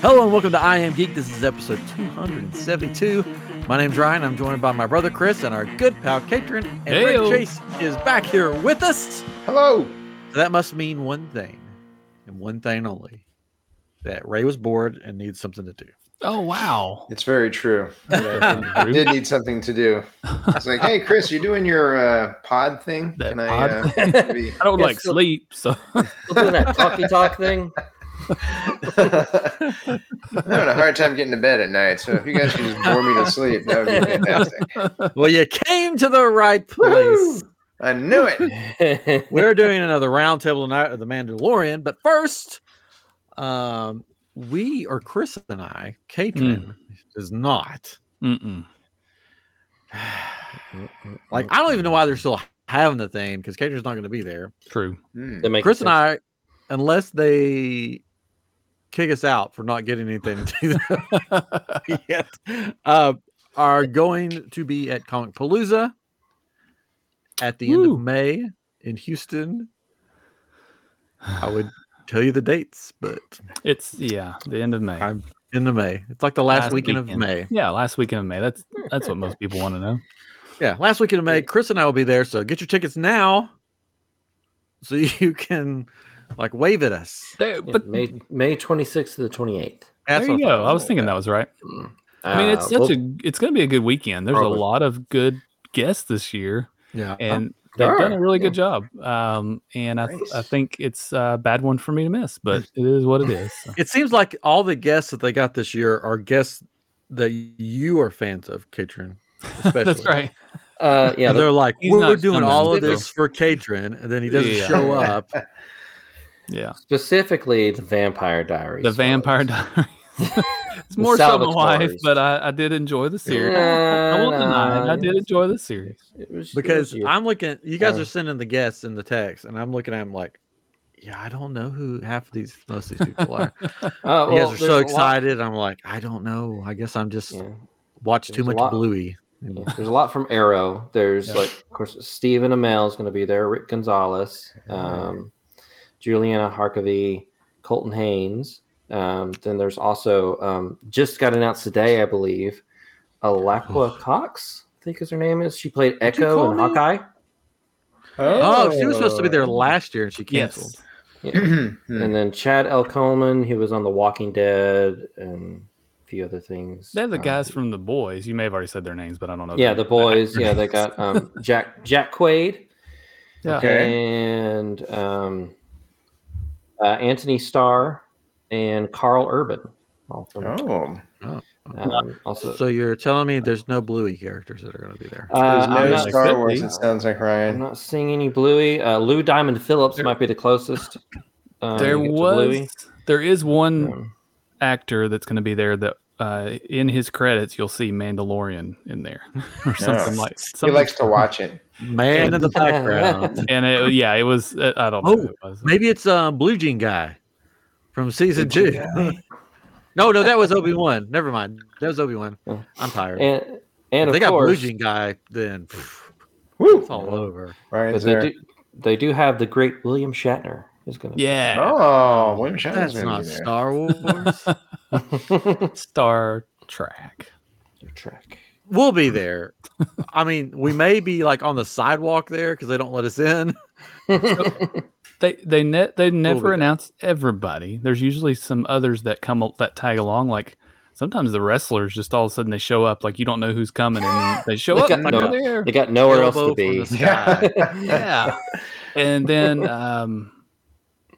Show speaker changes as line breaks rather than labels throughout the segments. Hello and welcome to I Am Geek. This is episode 272. My name's Ryan. I'm joined by my brother Chris and our good pal Katrin. And
Heyo.
Rick Chase is back here with us.
Hello.
That must mean one thing and one thing only that Ray was bored and needs something to do.
Oh wow.
It's very true. I did need something to do. It's like, hey, Chris, you're doing your uh, pod thing.
That
Can I?
pod
uh,
thing.
maybe-
I don't
Yeah,
like
so-
sleep, so
Still doing that talky talk thing.
I'm having a hard time getting to bed at night, so if you guys can just bore me to sleep, that would be fantastic.
Well, you came to the right place.
I knew it.
We're doing another roundtable tonight of the Mandalorian, but first, um, we or Chris and I, Katrin does not.
Mm-mm.
Like, I don't even know why they're still having the thing because Katrin's not going to be there.
true.
Hmm.
That makes
Chris and
sense.
I, unless they kick us out for not getting anything yet, uh, are going to be at Comic Palooza at the end
Woo.
of May in Houston. I would tell you the dates, but
It's yeah, the end of May.
I'm- end of May. It's like the last,
Last
weekend,
weekend.
of May.
Yeah, last weekend of May. That's that's what most people want to know.
Yeah, last weekend of May. Chris and I will be there, so get your tickets now, so you can like wave at us.
There-
Yeah,
but
May May twenty sixth to the twenty eighth.
there
what thought.
you go. I was thinking that was right. I mean,
Uh,
it's such a it's going to be a good weekend. There's a
Probably.
lot of good guests this year,
Yeah,
and
there
they've done a
are,
really good job. Um, and I th- I
Nice.
think it's a bad one for me to miss, but it is what it is. So,
It seems like all the guests that they got this year are guests that you are fans of, Katrin. Especially.
that's right.
Uh, yeah,
Yeah,
the-
they're like,
He's
we're
not
doing
coming.
all of
They-
this for Katrin, and then he doesn't
Yeah.
show up.
Yeah,
specifically the Vampire Diaries.
the Vampire
Diaries.
Diaries. it's more so my wife,
Salvatore's.
but I, I did enjoy the series. I won't deny it. I did enjoy the series.
Because
you.
I'm looking, you guys
Uh.
Oh.
are sending the guests in the text, and I'm looking at them like, yeah, I don't know who half of these most of these people are.
Uh,
you
well,
guys are
there's a
so
lot-
excited. I'm like, I don't know. I guess I'm just
Yeah,
watch too
There's a
much
lot.
Bluey.
yeah. There's a lot from Arrow. There's
Yeah.
like, of course, Stephen Amell is going to be there. Rick Gonzalez, um, Juliana Harkavy, Colton Haynes. Um, then there's also um, just got announced today, I believe, Alakwa Cox. I think is her name is. She played
you
Echo
call
in
me?
Hawkeye.
Oh, she was supposed to be there last year, and she canceled.
Yes.
Hmm.
And then Chad L. Coleman, who was on The Walking Dead and a few other things.
They're the
Um,
guys from the boys. You may have already said their names, but I don't know.
Yeah, the
their-
boys. Yeah, they
actors.
got um, Jack Jack Quaid
Yeah.
Okay.
and um, uh, Anthony Starr and Carl Urban. All from,
Oh,
um, also,
So you're telling me there's no Bluey characters that are going to be there?
uh,
there's
I'm,
no
not,
Star
Could
Wars.
be.
It sounds like
I'm
Ryan.
not seeing any Bluey. Uh, Lou Diamond Phillips
There-
might be the closest. Um,
there
you get to
was. There is one
Um,
actor that's going to be there that uh, in his credits you'll see Mandalorian in there or something
Yeah.
like.
He
Something.
likes to watch it.
Man in the background.
and it, yeah, it was. Uh, I
Oh,
don't know. who it was.
Maybe it's um, Blue Jean guy from season
Blue
two.
Jean
no, no, that was Obi Wan. Never mind. That was Obi Wan.
Oh.
I'm tired.
and
If
and
they
of
got Blue
course,
Jean guy, then pff,
Woo!
it's all over.
but
Ryan's
they
there.
do, they do have the great William Shatner is going to
Yeah.
Oh, William
That's
Shatner's going
not
to be there.
Star Wars.
Oh.
Star Trek.
Your track.
we'll be there. I mean, we may be like on the sidewalk there because they don't let us in.
They they ne- they never
bit.
announce everybody. There's usually some others that come al- that tag along. Like sometimes the wrestlers just all of a sudden they show up. Like you don't know who's coming, and they show
They
up
got
and like, they're
no-
there.
They got nowhere else
Elbow
to
from
be.
the sky.
yeah. And then um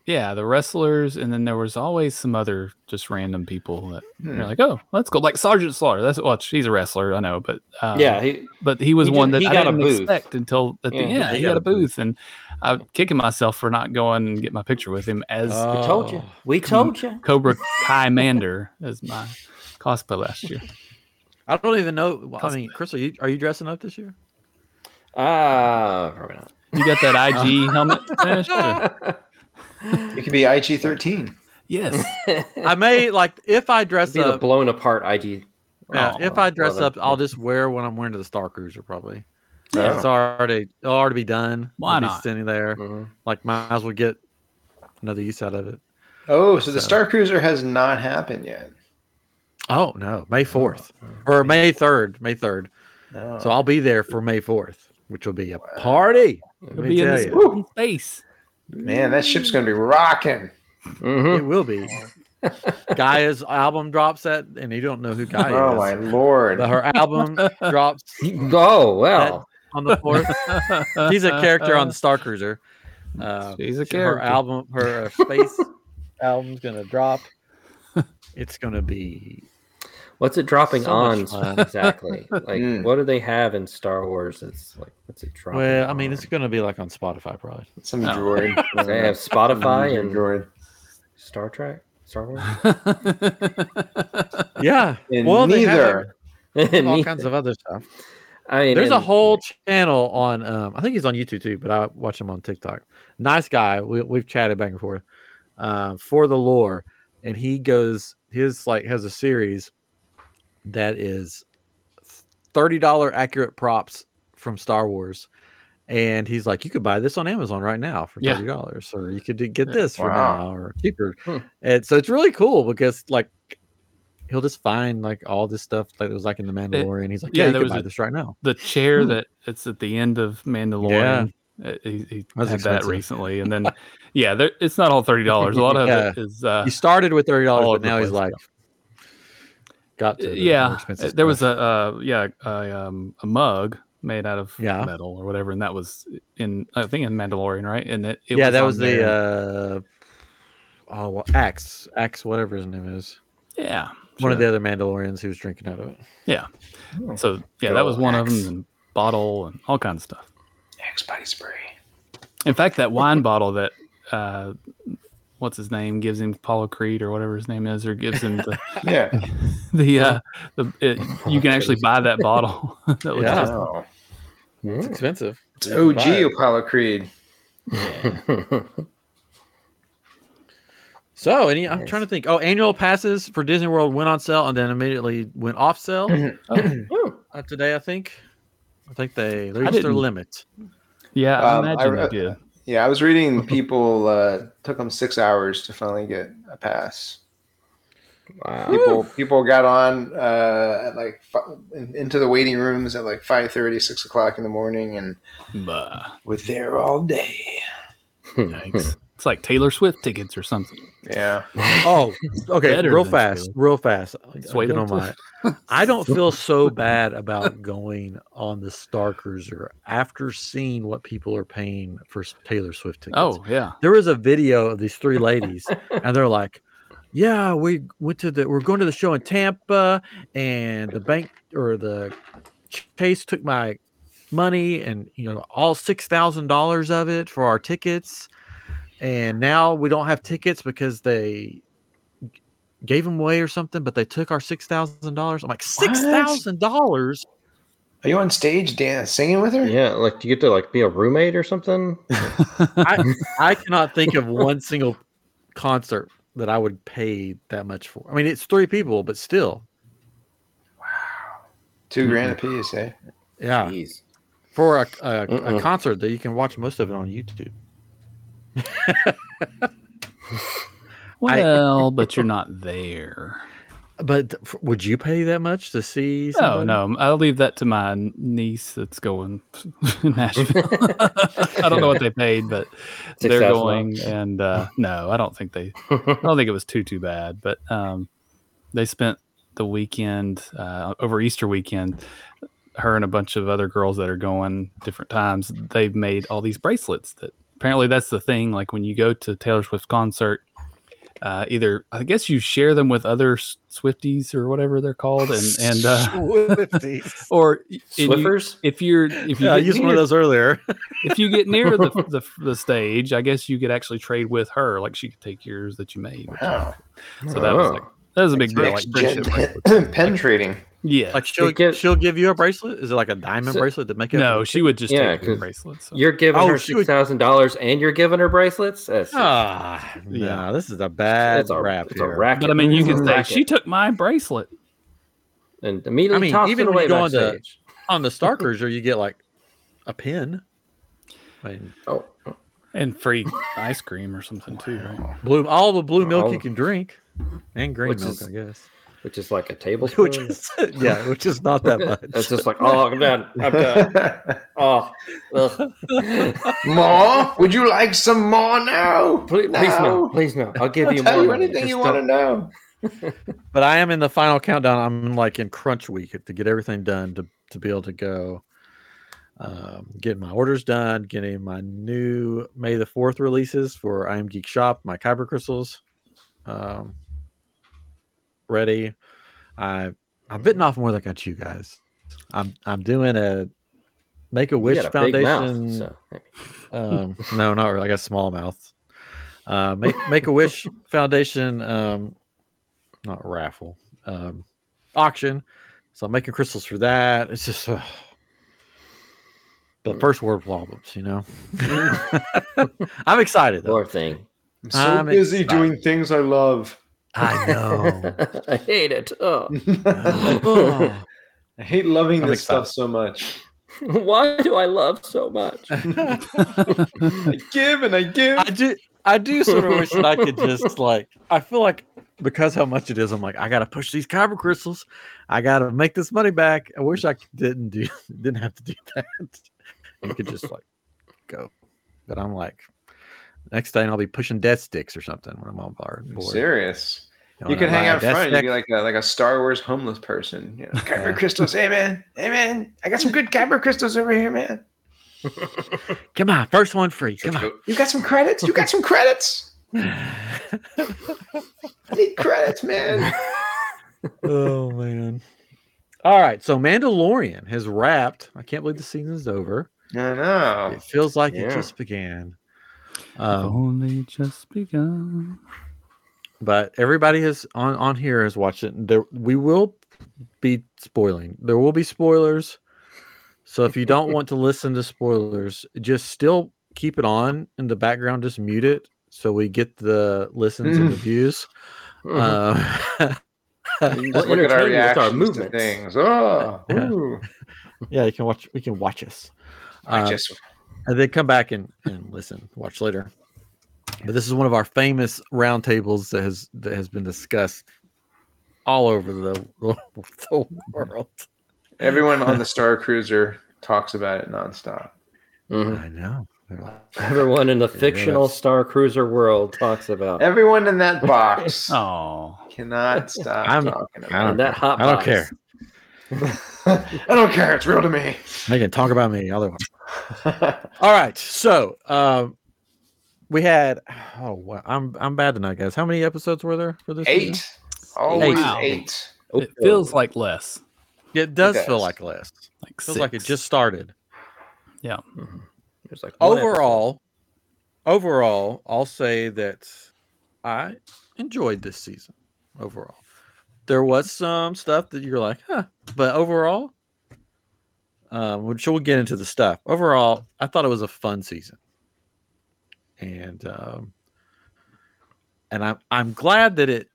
yeah, the wrestlers and then there was always some other just random people that
Hmm.
you're like, "Oh, let's go." Like Sergeant Slaughter. That's well, she's a wrestler, I know, but um,
yeah, he,
but he was
He
one that
did- he
I
got a
didn't
booth.
expect until at
Yeah,
the end.
he
He,
got
got,
a
a booth, and I'm kicking myself for not going and get my picture with him as
we told you.
Oh.
We told you.
Cobra Kai Mander as my cosplay last year.
I don't even know. I
Cos-
mean, Chris, are you are you dressing up this year?
Ah, probably not.
You got that IG helmet? finished, or-
It could be IG 13.
Yes.
I may like if I dress
be the
up.
blown apart IG.
Yeah, if I dress up,
brother.
I'll just wear what I'm wearing to the Star Cruiser probably.
Yeah.
It's already it'll already be done.
Why
I'll be
not?
Standing there,
Mhm.
like might as well get another use out of it.
Oh, so the
So-
Star Cruiser has not happened yet.
Oh no, May fourth or May third, May third.
No.
So I'll be there for May fourth, which will be a party. Let
It'll
me
be in
tell
this
you.
fucking space.
Man, that ship's gonna be rocking.
Mm-hmm.
It will be. Gaia's album drops that, and you don't know who Gaia
Oh
is.
my lord!
But Her album drops
Mm-hmm. Oh well.
on the fourth. She's a character on the Star Cruiser. Uh,
She's a
she- Her
character.
album, her uh, space album's gonna drop. It's gonna be
What's it dropping
So
on
much fun.
exactly? Like,
Mm.
what do they have in Star Wars? It's like, what's it dropping?
well. I mean, it's
on?
gonna be like on Spotify probably.
Some
No.
droid.
they have Spotify
Mm-hmm.
Some
and
droid.
Star Trek, Star Wars,
Yeah.
And
they have
neither.
it- all
Me-
kinds of other stuff.
I mean,
There's a
and-
whole channel on. Um, I think he's on YouTube too, but I watch him on TikTok. Nice guy. We, we've chatted back and forth uh, for the lore, and he goes his like has a series that is thirty dollar accurate props from Star Wars, and he's like, you could buy this on Amazon right now for
Yeah.
thirty dollars, or you could do- get
Yeah.
this for
Wow.
now or cheaper.
Hmm.
And so it's really cool because like. He'll just find like all this stuff that was like in the Mandalorian. He's like, yeah,
yeah,
you
there
could
was
buy
a-
this right now.
the chair that it's at the end of Mandalorian. uh, He, he
That's
had that
expensive.
recently, and then yeah, there, it's not all thirty dollars. A lot of it is uh,
he started with thirty dollars,
all
but
over the
now he's
place.
like, got to the more
yeah.
expensive
There was
stuff.
a uh, yeah a, um, a mug made out of
Yeah.
metal or whatever, and that was in I think in Mandalorian, right? And it, it
yeah,
was
that
on
was
there.
the uh, oh well, Axe Axe whatever his name is,
yeah
one of the
sure.
other Mandalorians who was drinking out of it.
so yeah that was one of
Axe.
them and bottle and all kinds of stuff.
X body spray.
In fact, that wine bottle that uh, what's his name gives him Apollo Creed or whatever his name is, or gives him the
Yeah.
the, uh, the it, you can actually buy that bottle. that was
Yeah.
just-
Wow.
It's
Mm.
expensive.
It's OG Apollo Creed.
So, any I'm
Yes.
trying to think. Oh, annual passes for Disney World went on sale and then immediately went off sale
Oh,
uh, today. I think. I think they
I
reached their
didn't-
limit.
yeah, I
Um, I
imagine
re-
they did.
Yeah, I was reading people uh, took them six hours to finally get a pass.
wow.
People people got on uh, at like fi- in- into the waiting rooms at like 5.30, 6 o'clock in the morning, and
Bah,
were there all day.
Hmm.
yikes. it's like Taylor Swift tickets or something.
Yeah,
Oh, okay.
Better
real
than
fast,
Squid.
real fast. uh,
Sway
Get
them
on
to-
my- I don't feel so bad about going on the Star Cruiser after seeing what people are paying for s- Taylor Swift tickets.
Oh yeah,
there was a video of these three ladies, and they're like, "Yeah, we went to the we're going to the show in Tampa, and the bank or the Chase took my money, and you know all six thousand dollars of it for our tickets, and now we don't have tickets because they." g- Gave them away or something, but they took our six thousand dollars. I'm like six thousand dollars.
are you on stage dan singing with her?
Yeah, like do you get to like be a roommate or something?
I, I cannot think of one single concert that I would pay that much for. I mean, it's three people, but still,
Two grand a piece, eh?
yeah,
Jeez.
for a, a, a
Mm-mm.
concert that you can watch most of it on YouTube. I-
well, but you're not there.
But f- would you pay that much to see?
Oh
Somebody?
no, I'll leave that to my niece that's going in Nashville. I don't know what they paid, but
Six
they're
thousand
going and uh no, I don't think they I don't think it was too too bad, but um they spent the weekend uh over Easter weekend her and a bunch of other girls that are going different times, they've made all these bracelets that apparently that's the thing like when you go to Taylor Swift concert uh, either I guess you share them with other S- Swifties or whatever they're called, and and uh,
Swifties.
or y- and you-
Swiffers?
if you're if you
Yeah, I
get
used one of
near-
those earlier.
if you get near the, the the stage, I guess you could actually trade with her. Like she could take yours that you made.
Wow.
So that was like that was a big deal. Like
Next
friendship.
gen pen, pen trading.
Yeah.
Like she'll
You get-
she'll give you a bracelet. Is it like a diamond
So-
bracelet to make it?
no, she would just
Yeah,
take your
'cause
bracelets. So.
You're giving
Oh,
her
she would-
six thousand dollars, and you're giving her bracelets. That's
Ah,
Yeah.
no, this is a bad
that's a
rap
It's a
here.
racket.
But I mean, you
It's a
could say
racket.
she took my bracelet.
and immediately
I mean,
tossed
even
it
when
away
you go on the-
backstage.
On the Star Cruiser, you get like a pin. I mean,
Oh,
and free ice cream or something too, right?
Blue, all the blue milk
All-
you can drink, and green
Which
milk,
is-
I guess.
which is like a tablespoon.
Which is yeah, which is not that much.
It's just like, oh, I'm done. I'm done. Oh, ugh.
more? Would you like some more now?
please, please
No.
no, please no. I'll give
I'll
you
tell
more
you
money.
anything you
Just
want to
don't-
know.
But I am in the final countdown. I'm like in crunch week to get everything done to to be able to go. Um, getting my orders done, getting my new May the Fourth releases for I Am Geek Shop, my Kyber crystals, um, ready. I I'm bitten off more than I can chew, guys. I'm I'm doing a Make a
you
Wish
got a big mouth,
Foundation
so,
um, no, not really. I got a small mouth. Uh, make Make a Wish Foundation, um, not raffle, um, auction. So I'm making crystals for that. It's just uh, the first word problems, you know. I'm excited though.
Poor thing.
I'm
so I'm busy excited. doing
things I love.
I know.
I hate it. Oh.
Oh,
I hate loving
I'm
this
excited.
stuff so much.
Why do I love so much?
Uh, Oh.
I give and I give.
I do. I do sort of wish that I could just like. I feel like because how much it is, I'm like I gotta push these kyber crystals. I gotta make this money back. I wish I didn't do didn't have to do that. You could just like go, but I'm like. Next thing I'll be pushing death sticks or something when I'm on bar.
I'm serious. You
can
could hang out front. You'd be like a, like a Star Wars homeless person. You know, Kyber crystals, hey man, hey man, I got some good Kyber crystals over here, man.
Come on, first one free. Come on.
You got some credits? You got some credits? I need credits, man.
oh man. All right, so Mandalorian has wrapped. I can't believe the season's over.
I know.
It feels like it
Yeah.
just began.
If
Um,
Only just begun.
but everybody is on on here is watching. There, we will be spoiling. There will be spoilers. So if you don't want to listen to spoilers, just still keep it on in the background. Just mute it so we get the listens and the views.
Hmm.
Uh,
You
Well,
just look at our
entertainment is our
reactions to
movements.
things. Oh,
Yeah. Uh,
ooh.
yeah, you can watch. We can watch us.
I
Uh,
just
and then come back and, and listen, watch later. But this is one of our famous roundtables that has that has been discussed all over the, the world.
everyone on the Star Cruiser talks about it nonstop.
Mhm.
I know.
Everyone in the fictional Star Cruiser world talks about
Everyone in that box
Oh,
cannot stop
I'm-
talking
I
about
and that hot.
I don't
box.
care.
it. I don't care. It's real to me.
They can talk about me otherwise. All right. So um we had oh wow, I'm I'm bad tonight, guys. How many episodes were there for this? season?
Eight. Always
Wow.
eight.
Oh,
it feels like less.
It does
Okay.
feel like less.
Like
Feels like it
six.
just started.
There's like one episode.
overall, overall, I'll say that I enjoyed this season. Overall, there was some stuff that you're like, huh, but overall, um, which we'll get into the stuff. Overall, I thought it was a fun season, and um, and I'm I'm glad that it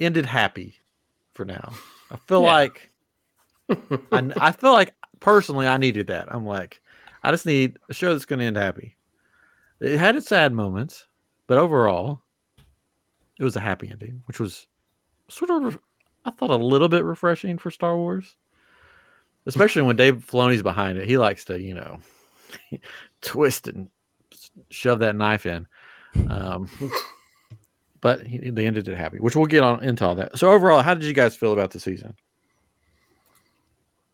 ended happy for now. I feel
Yeah.
like I, I feel like personally I needed that. I'm like, I just need a show that's going to end happy. It had its sad moments, but overall, it was a happy ending, which was sort of, I thought, a little bit refreshing for Star Wars, especially when Dave Filoni's behind it. He likes to, you know, twist and shove that knife in. Um, but he, they ended it happy, which we'll get on into all that. So overall, how did you guys feel about the season?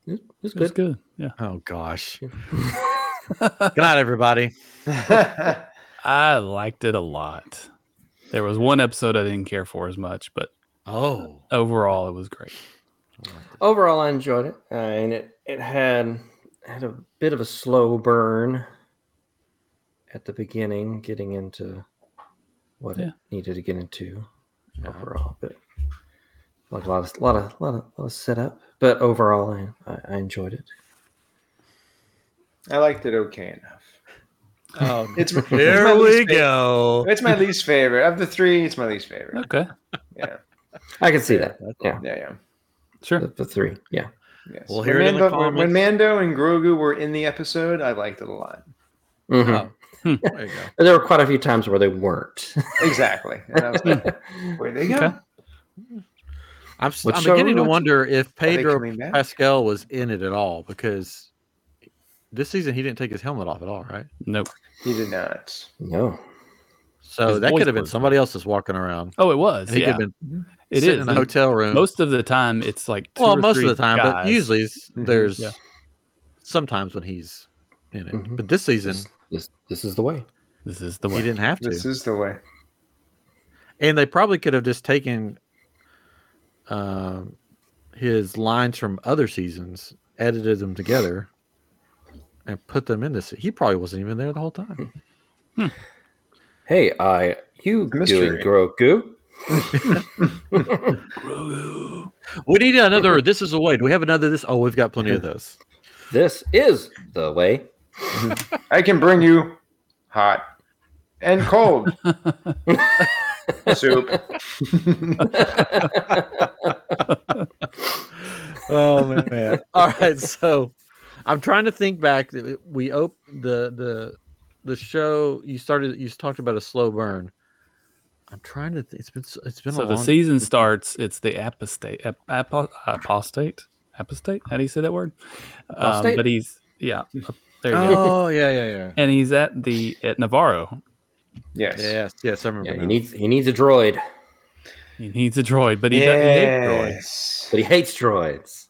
It- It's
It's
good.
good. Yeah.
Oh gosh. Good night, everybody.
I liked it a lot. There was one episode I didn't care for as much, but
Oh.
overall it was great.
Overall, I enjoyed it, uh, and it it had had a bit of a slow burn at the beginning, getting into what
Yeah.
it needed to get into
Yeah.
overall, but like a lot of lot of lot of, lot of setup. But overall, I, I, I enjoyed it.
I liked it okay enough.
Oh,
It's it's my
There we
least favorite.
go.
It's my least favorite of the three. It's my least favorite.
Okay.
Yeah,
I can see that. Yeah,
yeah, yeah.
Sure.
the, the three. Yeah,
Yes.
We'll
When
hear it in the
Mando- when- when
comments.
Mando and Grogu were in the episode, I liked it a lot.
Oh,
Mhm.
there you go.
And there were quite a few times where they weren't.
Exactly. And I was like, where they go?
Okay.
Are
I'm, s-
Which
I'm
show are we
beginning to
watching?
wonder if
they
Pedro
coming back?
Pascal was in it at all because this season he didn't take his helmet off at all, right?
Nope.
He did not.
No.
So
His
that
voice
could have been
was-
somebody else that's walking around.
Oh, it was.
He
yeah,
could have been
it
sitting
is.
in a
And
hotel room.
Most of the time, it's like two
well,
or
most of
three
the time, but
guys.
usually it's-
Mhm.
there's
Yeah.
sometimes when he's in it.
Mhm.
But this season
This, this, this is the way.
this is the
he
way.
didn't have to.
This is the way.
and they probably could have just taken um, his lines from other seasons, edited them together, and put them in this. He probably wasn't even there the whole time.
Hey, I you
Mystery.
good Grogu?
We need another. This is a way. Do we have another? This? Oh, we've got plenty of those.
This is the way.
I can bring you hot and cold soup.
Oh man! All right, so I'm trying to think back. We op- the the the show. You started. You talked about a slow burn. I'm trying to. Th- it's been. s- It's been a
so the
long.
season starts. It's the apostate. Ap- apo- apostate. Apostate. How do you say that word? Um,
Apostate?
but he's yeah. There you go.
Oh yeah, yeah, yeah.
And he's at the at Navarro.
Yes.
Yes, yes, I remember.
Yeah,
now.
he needs he needs a droid,
He needs a droid, but he doesn't need a droid.
Yes.
but he hates droids.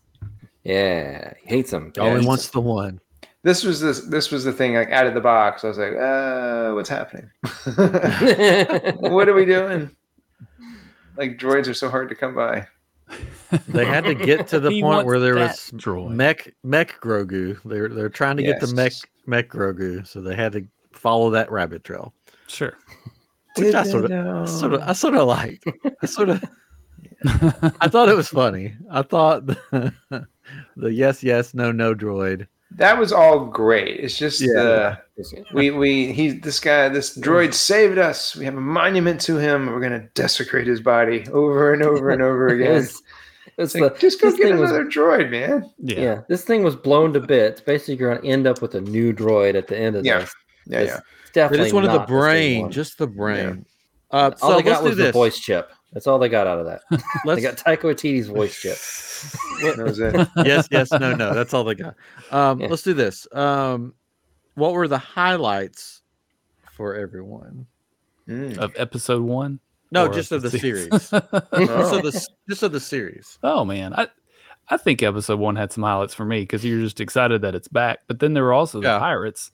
Yeah, he hates them.
Only
Yes.
wants the one.
This was this this was the thing like out of the box. I was like, uh, what's happening? what are we doing? Like droids are so hard to come by.
They had to get to the
He
point
wants
where there
that
was
droid.
mech mech Grogu. They're they're trying to get the mech
Yes.
mech Grogu, so they had to follow that rabbit trail,
Sure.
which I sort of
Did-a-dum.
sort of I sort of liked. I sort of I thought it was funny. I thought the, the yes yes no no droid.
That was all great. It's just
Yeah.
the we we he this guy this droid saved us. We have a monument to him. We're gonna desecrate his body over and over and over
It
again.
was-
It's
it's
like,
the-
just go
this
get
thing was-
another droid, man.
Yeah.
yeah. this thing was blown to bits. Basically, you're gonna end up with a new droid at the end of
Yeah.
this.
Yeah,
It's
yeah.
They
Definitely
just wanted the
not same
brain,
one.
just the brain. Uh, so
all they
let's
got
do
was
this.
the voice chip. That's all they got out of that.
Let's
they got Taika Waititi's voice chip.
That was it.
yes, yes, no, no. That's all they got. Um,
Yeah.
Let's do this. Um, what were the highlights for everyone?
Mm.
Of episode one.
No,
Or
just of the
let's see.
series. just
Oh.
of
Oh.
the s- just of the series.
Oh man, I I think episode one had some highlights for me because you're just excited that it's back. But then there were also the
Yeah.
pirates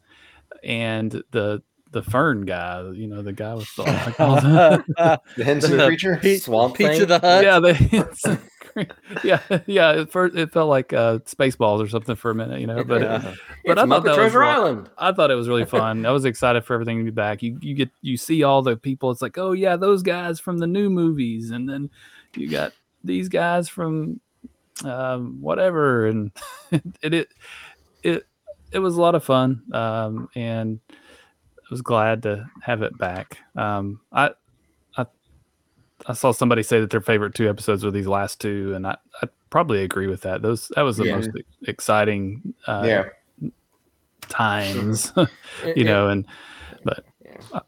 and the the fern guy. You know, the guy with the
Peach
The Henson
The-
creature.
Pe-
Swamp
of
thing.
the Hut.
yeah, they, yeah, yeah. At first, it felt like uh, Spaceballs or something for a minute, you know. But
Yeah.
but
It's
I thought
Muppet
that was
Treasure
really-
Island.
I thought it was really fun. I was excited for everything to be back. You you get you see all the people. It's like, oh yeah, those guys from the new movies, and then you got these guys from um, whatever, and it, it it it was a lot of fun, um, and I was glad to have it back. Um, I I I saw somebody say that their favorite two episodes were these last two, and I I probably agree with that. Those that was the
Yeah.
most exciting. Uh,
yeah.
times
It-
you
it-
know, and but
Yeah.
uh,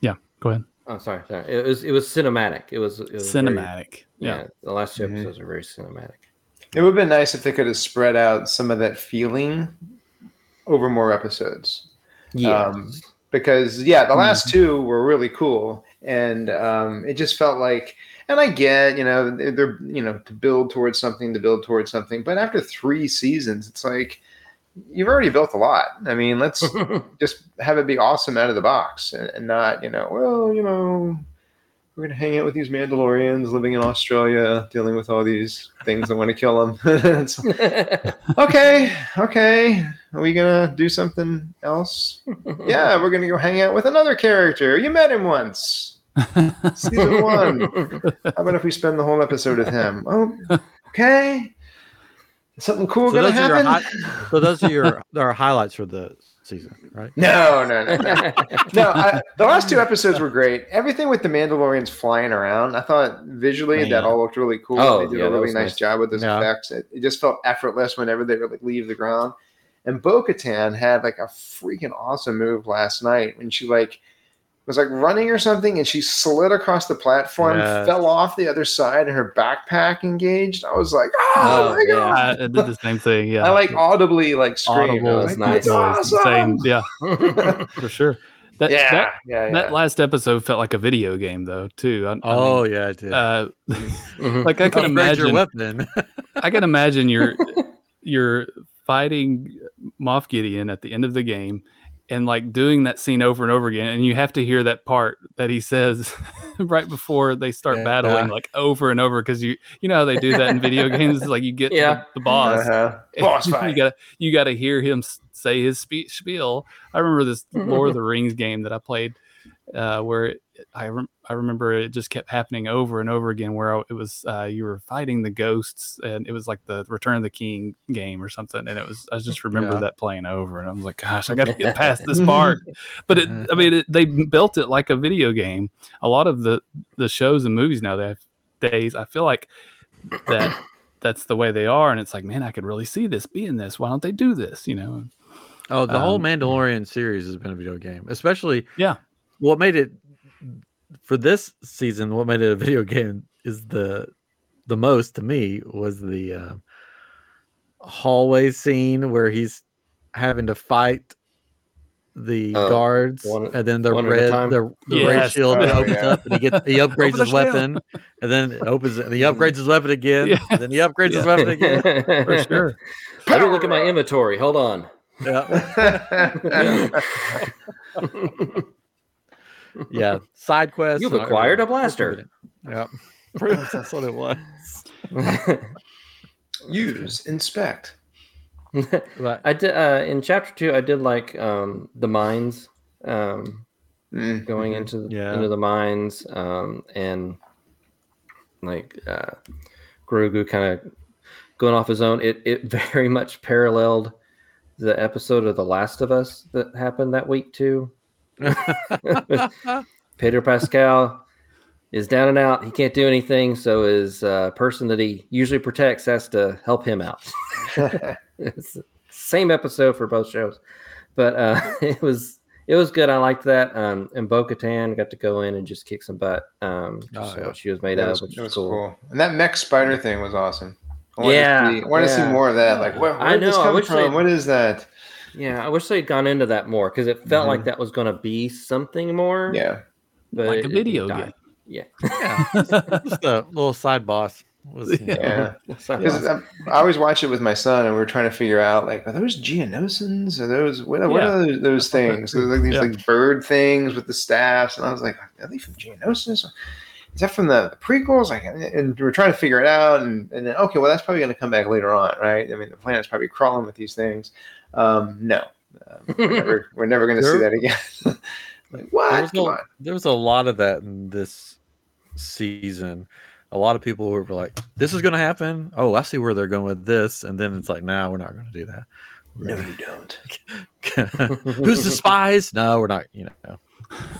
yeah, go ahead.
Oh, sorry, sorry. It was it was cinematic. It was, it was very-
Cinematic,
yeah.
yeah.
the last two
Mhm.
episodes are very cinematic.
It would have been nice if they could have spread out some of that feeling over more episodes.
Yeah,
Um, because yeah, the last two were really cool, and um, it just felt like. And I get, you know, they're, they're, you know, to build towards something, to build towards something. But after three seasons, it's like you've already built a lot. I mean, let's just have it be awesome out of the box, and, and not, you know, well, you know, we're gonna hang out with these Mandalorians living in Australia, dealing with all these things that want to kill them. it's okay, okay. Are we gonna do something else? Yeah, we're gonna go hang out with another character. You met him once. Season one. How about if we spend the whole episode with him? Oh, okay. Something cool
So
gonna
those are your
happen?
So those are your there are highlights for the season, right?
no, no, no, no. No, I, the last two episodes were great. Everything with the Mandalorians flying around, I thought visually
Man.
that all looked really cool.
Oh,
they did
yeah,
a
that
really
was
nice
nice.
job with those
Yeah.
effects. It, it just felt effortless whenever they would like leave the ground. And Bo Katan had like a freaking awesome move last night when she like was like running or something and she slid across the platform,
Yeah.
fell off the other side, and her backpack engaged. I was like, oh,
Oh,
my
yeah.
god.
I, I did the same thing. Yeah,
I like audibly like screamed.
Audible
I
is
was like,
nice.
That's awesome.
Same, yeah, for sure. That,
yeah,
that
yeah, yeah.
That last episode felt like a video game, though. Too. I, I mean,
Oh yeah, it did.
uh,
Mhm.
like I can
Upgrade your
imagine.
weapon.
I can imagine you're you're fighting Moff Gideon at the end of the game, and like doing that scene over and over again, and you have to hear that part that he says right before they start
Yeah.
battling, like over and over, because you you know how they do that in video games. it's Like you get to
Yeah.
the, the boss,
Uh-huh. Boss
you
fight.
gotta you gotta hear him s- say his spe- spiel. I remember this Lord of the Rings game that I played, uh, where it, I rem- I remember it just kept happening over and over again. Where I, it was uh, you were fighting the ghosts, and it was like the Return of the King game or something. And it was I just remember
Yeah.
that playing over, and I was like, gosh, I gotta get past this part. But it, I mean, it, they built it like a video game. A lot of the the shows and movies nowadays, days, I feel like that that's the way they are, and it's like, man, I could really see this being this. Why don't they do this? You know?
Oh, the whole
Um,
Mandalorian series has been a video game, especially.
Yeah.
What made it for this season? What made it a video game is the the most to me was the uh, hallway scene where he's having to fight the
Oh,
guards,
one-
and then the
one at a
red
time?
the, the red
Yes.
shield
Oh,
opens
yeah.
up and he gets he upgrades
the
his
shield.
weapon, and then it opens it, and he upgrades his weapon again, and then he upgrades his
Yeah.
weapon again.
For sure.
Let me look at my inventory. Hold on.
Yeah. yeah, side quests.
You've
and
acquired a
everything.
blaster.
Yep. Pretty much that's what it was.
Use, inspect.
But
I did uh, in chapter two. I did like um, the mines um,
Mm.
going into the,
Yeah.
into the mines um, and like uh, Grogu kind of going off his own. It it very much paralleled the episode of The Last of Us that happened that week too. Peter Pascal is down and out. He can't do anything. So his uh, person that he usually protects has to help him out. It's the same episode for both shows, but uh, it was it was good. I liked that. Um, and Bo Katan got to go in and just kick some butt. Um,
Oh,
so
yeah.
what she was made
That
of,
was,
which
that was
was
cool.
cool.
And that mech spider thing was awesome. I wanna
Yeah,
see- I want to see
yeah.
more of that. Like, where, where
I
did this
know, I
come
wish
from?
they-
What is that?
Yeah, I wish they'd gone into that more because it felt
Mm-hmm.
like that was going to be something more.
Yeah.
but
Like a
it- it
video
died.
game.
yeah, just a little side boss. Was,
Yeah.
Yeah.
So-
'Cause I'm- um, I always watch it with my son, and we are trying to figure out like, are those Geonosins? Are those what, what
Yeah.
are those, those things? There's like these
Yeah.
like bird things with the staffs, and I was like, are they from Geonosis? Is that from the, the prequels? Like, and- and we're trying to figure it out, and, and then okay, well, that's probably going to come back later on, right? I mean, the planet's probably crawling with these things. Um, no, um, we're never, we're never going to see
There-
that again. like, what?
There was,
Come
a,
on.
there was a lot of that in this season. A lot of people were like, "This is going to happen." Oh, I see where they're going with this, and then it's like, "No, we're not going to do
No, you don't.
that." Who's the spies? No, we're not. You know,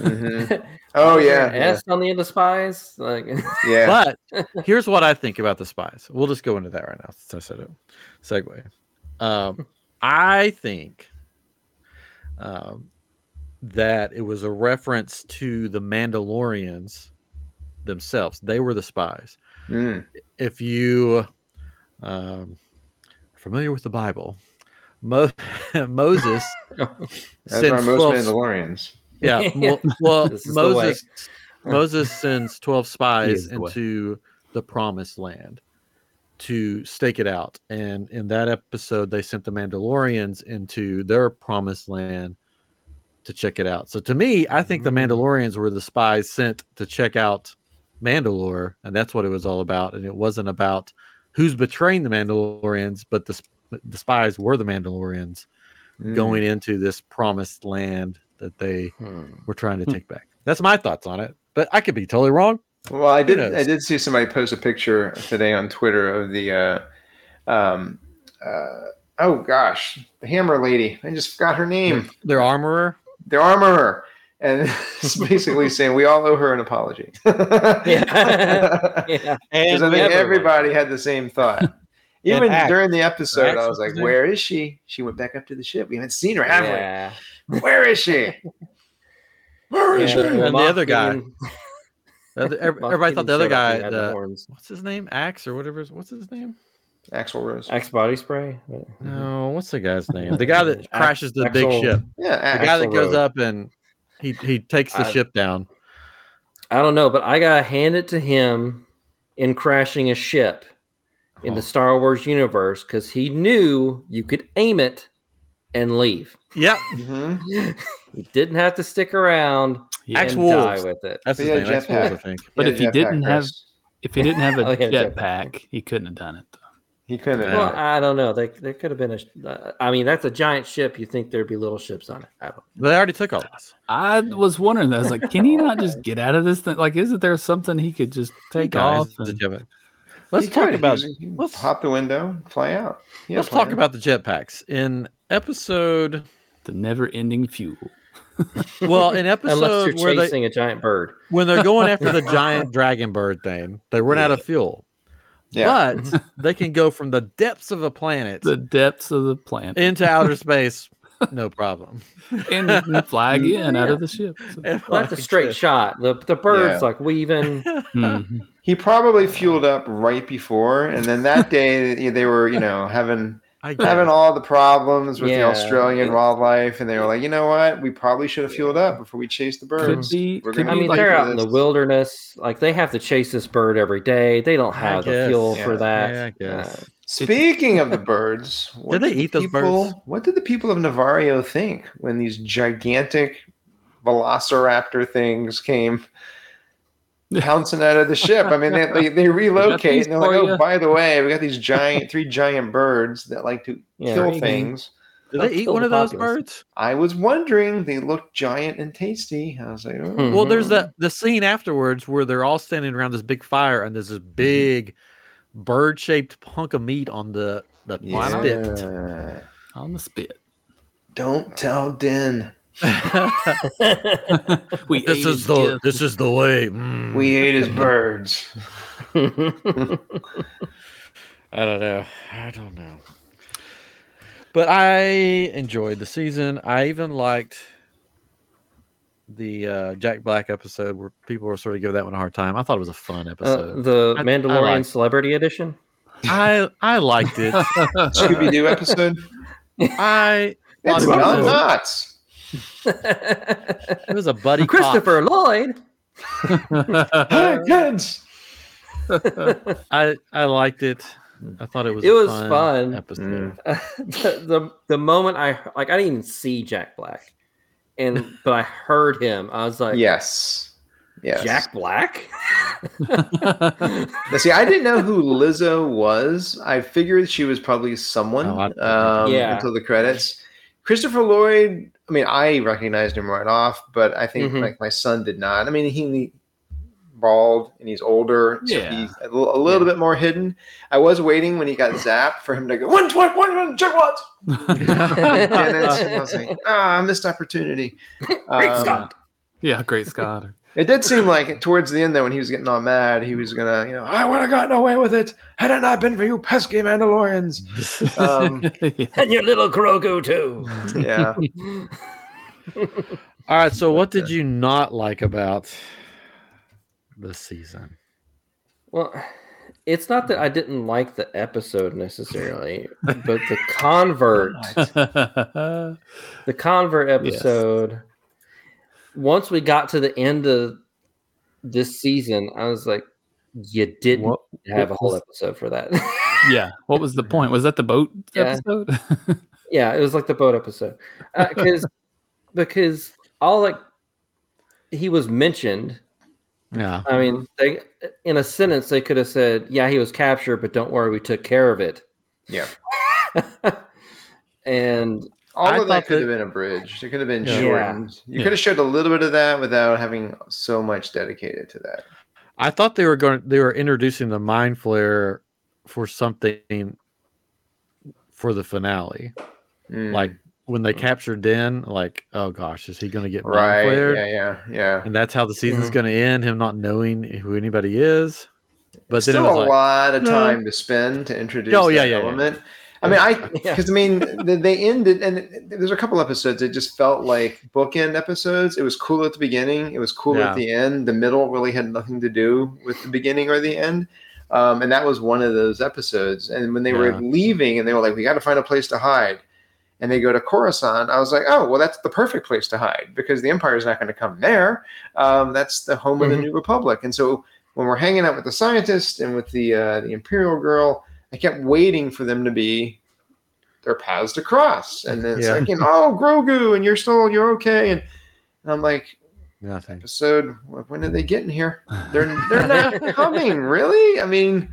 Mhm. Oh
Was there
yeah,
an
yeah.
S on the end of spies. Like,
yeah.
But here's what I think about the spies. We'll just go into that right now since I said it. Segue. Um, I think um, that it was a reference to the Mandalorians themselves. They were the spies.
Mm.
If you um, familiar with the Bible, Mo- Moses
That's our
sends
most
12
Mandalorians.
yeah. Well, well
This is the way.
Moses Moses sends 12 spies
is the way.
into the promised land to stake it out. And in that episode, they sent the Mandalorians into their promised land to check it out. So to me, I think the Mandalorians were the spies sent to check out Mandalore, and that's what it was all about. And it wasn't about who's betraying the Mandalorians, but the, sp- the spies were the Mandalorians
Mm.
going into this promised land that they
Hmm.
we're trying to take back. That's my thoughts on it, but I could be totally wrong.
Well, I did. I
knows?
did see somebody post a picture today on Twitter of the, uh, um, uh, oh gosh, the Hammer Lady. I just forgot her
Hmm.
name.
Their armorer.
The Armorer, and it's basically saying we all owe her an apology.
Yeah. yeah.
Because I think everybody had the same thought. Even
act-
during the episode, I
acts
was like,
was
"Where is she?" She went back up to the ship. We haven't seen her, have
yeah.
we? Where is she? Where is
Yeah.
she?
And the other guy,
Mothman-
The other- ev-
Mothman
Everybody thought the other
showed up
guy,
and had the
the,
horns.
what's his name? Axe or whatever. His, what's his name?
Axel Rose.
Axe body spray.
No, what's the guy's name? The guy that
Mm-hmm. Ax-
crashes the big
Axel-
ship.
Yeah,
The
Ax-
guy that
Axl
goes
Rose.
up and he he takes the
I-
ship down.
I don't know, but I gotta hand it to him in crashing a ship in
Oh.
the Star Wars universe because he knew you could aim it and leave.
Yep,
Mhm.
He didn't have to stick around
Yeah.
Axe
and
Wolves.
die with it.
that's his
Yeah,
name. That's
Jetpack.
Wolves, I think.
But
Yeah,
if he
Jetpack
didn't have-
Chris.
if he didn't have a
Oh, yeah,
jetpack, he couldn't have done it.
he couldn't. have
Well,
done it.
I don't know. There, there could have been a. uh, I mean, that's a giant ship. You think there'd be little ships on it? I don't.
They already took all this.
I was wondering. that. I was like, can he not just get out of this thing? Like, isn't there something he could just take
Guys,
off? and-
give it. Let's
He
talk
could.
about
He was-
let's-
hop the window, fly out. He had
let's
a plan.
talk about the jetpacks in episode.
the never-ending fuel.
Well, in
Unless
episode
you're
where they
chasing a giant bird.
when they're going after the giant dragon bird thing, they run out of fuel.
Yeah.
But they can go from the depths of a planet
The depths of the planet
into outer space, no problem.
and you can fly again out of the ship. So-
Well, that's a straight shot. The the bird's
Yeah.
like weaving.
Mhm.
He probably fueled up right before, and then that day they were, you know, having
I get
having
it.
all the problems with the
Yeah.
Australian wildlife, and they were like, you know what, we probably should have fueled up before we chased the
Could
birds.
be.
We're
Could
gonna
I
be
mean,
like
they're
for
out in the
this.
wilderness. Like they have to chase this bird every day. They don't
I
have the
guess.
fuel
Yeah.
for that.
Yeah, I guess.
Uh,
Speaking of the birds, what
they
did the
eat those
people-
birds?
What did the people of Navario think when these gigantic velociraptor things came pouncing out of the ship? I mean, they, they, they relocate
these
and they're like,
for
oh,
ya."
by the way, we got these giant, three giant birds that like to
yeah.
kill
Three.
things.
Did they
They'll
eat
kill
one
the
of those
populace.
birds?
I was wondering, they looked giant and tasty. I was like, oh.
Hmm.
Well, there's
Mhm.
that the scene afterwards where they're all standing around this big fire and there's this
Mm-hmm.
big bird shaped hunk of meat on the, the
yeah.
Hmm. spit.
on the spit.
Don't tell Din.
we
this
ate
is
his
the
gift.
this is the way. Mm.
We ate his birds.
Uh,
I don't know. I don't know. But I enjoyed the season. I even liked the uh, Jack Black episode where people were sort of giving that one a hard time. I thought it was a fun
Uh,
episode.
the
I- I
Mandalorian
like-
Celebrity Edition.
I I liked it.
Scooby Doo episode.
I
It's
Well,
not
no.
nuts.
it was a buddy. cop.
Christopher Lloyd.
Hi, kids.
I I liked it. I thought it was
It
a
was
fun,
fun.
episode.
Mm.
the, the the moment I like, I didn't even see Jack Black, and but I heard him. I was like,
Yes. Yes.
Jack Black.
Now, see, I didn't know who Lizzo was. I figured she was probably someone
Oh, I-
um,
Yeah.
until the credits. Christopher Lloyd, I mean, I recognized him right off, but I think
Mhm.
like my son did not. I mean, he bald and he's older. so
Yeah.
he's a little, a little bit more hidden. I was waiting when he got zapped for him to go, one, twice, one, one, check what? And it's- and I was like, ah, missed opportunity.
Great
Um,
Scott.
yeah, great Scott.
It did seem like towards the end, though, when he was getting all mad, he was gonna, you know, I would have gotten away with it had it not been for you pesky Mandalorians. Um,
Yeah.
and your little Grogu too.
yeah,
All right. So, what did
that.
you not like about this season?
Well, it's not that I didn't like the episode necessarily, but the convert, the convert episode. Once we got to the end of this season, I was like, you didn't
What-
have a
what
whole
was-
episode for that.
yeah. What was the point? Was that the boat
Yeah.
episode?
yeah, it was like the boat episode because because all like he was mentioned.
Yeah.
I mean, they in a sentence they could have said, "Yeah, he was captured, but don't worry, we took care of it."
yeah.
and
All
I
of that
thought
could
that-
have been abridged. It could have been
Yeah.
shortened. You
Yeah.
could have showed a little bit of that without having so much dedicated to that.
I thought they were going. They were introducing the mind flare for something for the finale,
Mm,
like when they captured Den. Like, oh gosh, is he going to get mind
right?
flared?
Yeah, Mm-hmm. yeah, yeah.
And that's how the season's
Mhm.
going to end. Him not knowing who anybody is. But then it
Still
was
a
like,
lot of
no.
time to spend to introduce
Oh, yeah,
that
yeah, yeah.
element. I mean, I because I mean they- they ended and there's a couple episodes that just felt like bookend episodes. It was cool at the beginning. It was cool
Yeah.
at the end. The middle really had nothing to do with the beginning or the end. Um, and that was one of those episodes. And when they
Yeah.
were leaving and they were like, we got to find a place to hide. And they go to Coruscant. I was like, oh, well, that's the perfect place to hide because the Empire's not going to come there. Um, that's the home of the
Mm-hmm.
Mhm.
New Republic. And so when we're hanging out with the scientist and with the uh, the Imperial girl, I kept waiting for them to be their paths to cross. And then it's
Yeah.
like, you know, oh, Grogu, and you're still, you're okay. And, and I'm like,
nothing.
episode, when are they getting here? They're they're not coming, really. I mean,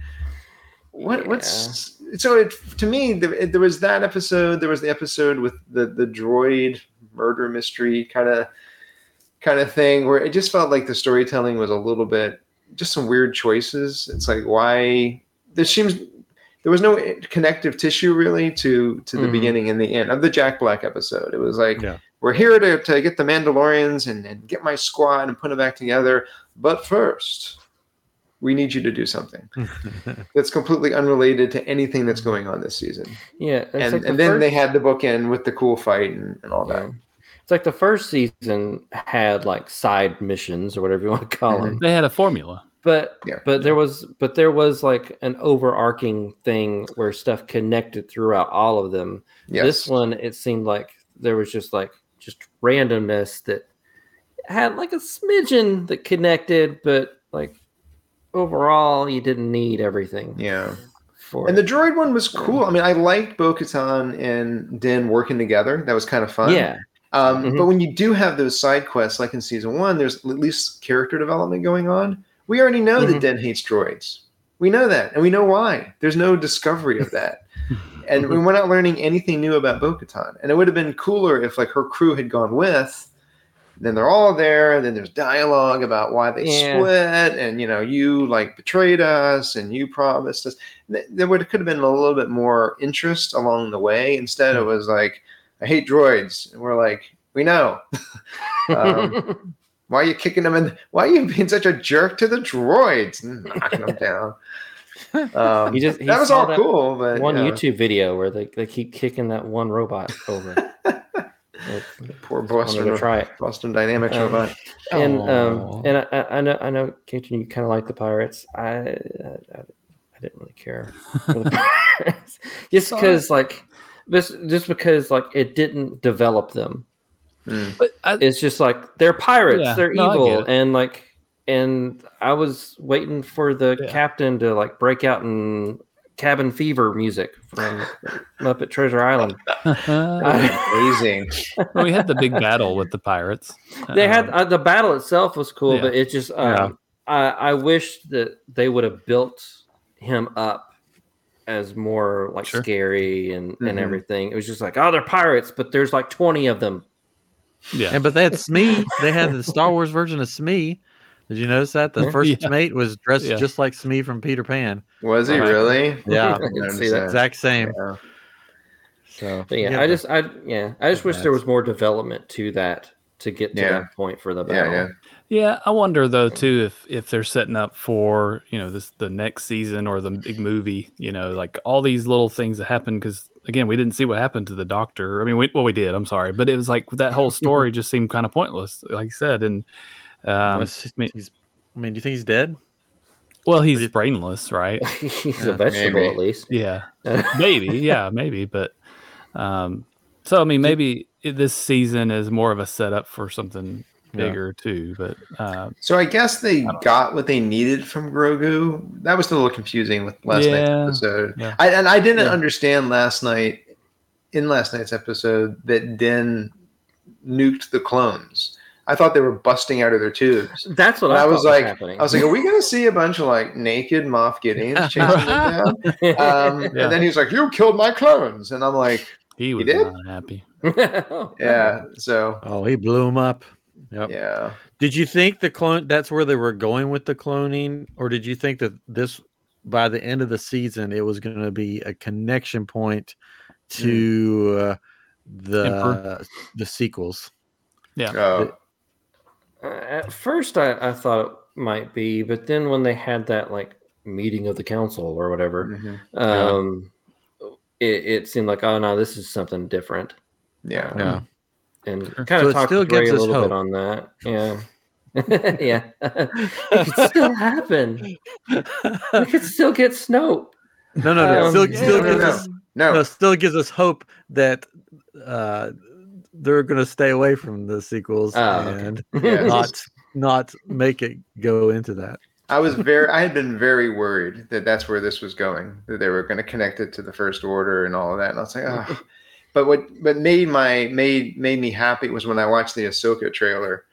what what's so it to me? There, it- there was that episode. There was the episode with the the droid murder mystery kind of kind of thing where it just felt like the storytelling was a little bit just some weird choices. It's like why there seems there was no connective tissue really to to the
Mhm.
beginning and the end of the Jack Black episode. It was like
Yeah.
we're here to, to get the Mandalorians and, and get my squad and put them back together. But first, we need you to do something that's completely unrelated to anything that's going on this season.
Yeah, it's
And,
like the
and then
first-
they had the bookend with the cool fight and, and all that.
Yeah. It's like the first season had like side missions or whatever you want to call them,
They had a formula.
but
Mm-hmm. Yeah.
but there was but there was like an overarching thing where stuff connected throughout all of them.
Yes.
This one, it seemed like there was just like just randomness that had like a smidgen that connected, but like overall, you didn't need everything.
yeah.
For
And
it.
the droid one was cool. I mean, I liked Bo Katan and Din working together. That was kind of fun.
yeah,
Um,
Mhm.
But when you do have those side quests, like in season one, there's at least character development going on. We already know
Mhm.
that Den hates droids. We know that, and we know why. There's no discovery of that, and
Mm-hmm.
we- we're not learning anything new about Bo-Katan. And it would have been cooler if like her crew had gone with. Then they're all there, and then there's dialogue about why they
Yeah.
split, and you know, you like betrayed us, and you promised us. Th- There would could have been a little bit more interest along the way. Instead,
Mm-hmm.
it was like, I hate droids, and we're like, we know. um, why are you kicking them in? Why are you being such a jerk to the droids? And Knocking them down. Um,
He just- he
that was
saw
all
that
cool, but
one
uh, yeah,
YouTube video where they, they keep kicking that one robot over. Like,
poor
I'm gonna
Boston,
go try it.
Boston Dynamics
Um,
robot.
And
Aw.
um, and I- I, I know I know, Cajun, you kind of like the pirates. I, I I didn't really care for the pirates, just because like this, just because like it didn't develop them.
Mm.
But I,
It's just like they're pirates,
Yeah,
they're
no, I get
evil,
it.
and like and I was waiting for the
Yeah.
captain to like break out in cabin fever music from Muppet Treasure Island.
Amazing.
Well, we had the big battle with the pirates.
they had
Um,
uh, the battle itself was cool,
Yeah.
but it just um, I I wish that they would have built him up as more like
Sure.
scary and and
Mhm.
everything. It was just like oh they're pirates, but there's like twenty of them.
yeah.
And but they had Smee. They had the Star Wars version of Smee. Did you notice that
Mm-hmm.
the first
Yeah.
mate was dressed
Yeah.
just like Smee from Peter Pan?
Was he
Right.
really?
Yeah.
I didn't
I can see
notice
that.
Exact same.
Yeah.
So
But yeah,
yeah,
I just I yeah I just
Yeah,
wish there was more development to that to get to
Yeah.
that point for the
Yeah,
battle.
yeah.
Yeah, I wonder though too if if they're setting up for you know this the next season or the big movie, you know, like all these little things that happen because again we didn't see what happened to the doctor. I mean, we, well we did. I'm sorry, but it was like that whole story just seemed kind of pointless, like you said. And um,
Was-
I mean,
he's. I mean, do you think he's dead?
well, he's brainless, right?
He's
Yeah,
a vegetable
maybe.
at least.
Yeah, maybe. Yeah, maybe. But um, so I mean, maybe i- this season is more of a setup for something
Yeah.
bigger too. But um,
So I guess they got what they needed from Grogu. That was a little confusing with last night's
Yeah.
episode.
Yeah.
I, and I didn't
Yeah.
understand last night in last night's episode that Den nuked the clones. I thought they were busting out of their tubes.
That's what
And
I,
I was like,
happening.
I was like, "Are we going to see a bunch of like naked Moff Gideons chasing them down?" Um,
Yeah.
And then he's like, "You killed my clones," and I'm like,
he was
did?
not happy.
uh, "Yeah." So
Oh, he blew him up. Yep.
yeah,
Did you think the clone? That's where they were going with the cloning, or did you think that this, by the end of the season, it was going to be a connection point
Hmm.
to uh, the
Emperor.
the sequels?
oh,
Uh, at first I, I thought it might be but then when they had that like meeting of the council or whatever.
Mm-hmm.
Um, it, it seemed like, oh no, this is something different,
Yeah.
Yeah.
and
Sure.
kind
So
of
it
talked
still
to Gray
gives
a
us
little
hope.
bit on that. Yeah, yeah,
Hmm.
it could still happen. We could still get Snope.
No, no, no.
Um,
still,
yeah,
still
no,
gives
no.
us,
No.
no, still gives us hope that uh, they're going to stay away from the sequels
Oh, okay.
and
Yeah.
not not make it go into that.
I was very, I had been very worried that that's where this was going, that they were going to connect it to the First Order and all of that. And I was like, oh. but what, but made my made made me happy was when I watched the Ahsoka trailer,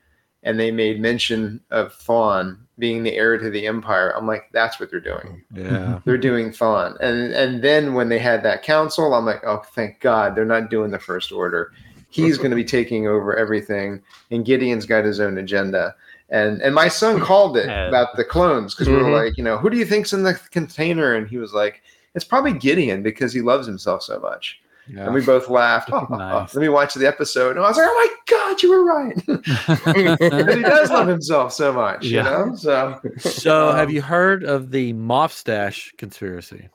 and they made mention of Thawne being the heir to the Empire. I'm like, that's what they're doing.
Yeah.
They're doing Thawne, and and then when they had that council, I'm like, oh, thank God, they're not doing the First Order. He's going to be taking over everything, and Gideon's got his own agenda. And and my son called it
Yeah.
about the clones because we
Mhm.
Mm-hmm.
were like, you know, who do you think's in the container? And he was like, it's probably Gideon because he loves himself so much. And we both laughed.
Ah. Nice.
Let me watch the episode, and I was like, oh my God, you were right. but he does love himself so much,
Yeah.
you know. So
So, have
Um,
you heard of the Mofstache conspiracy?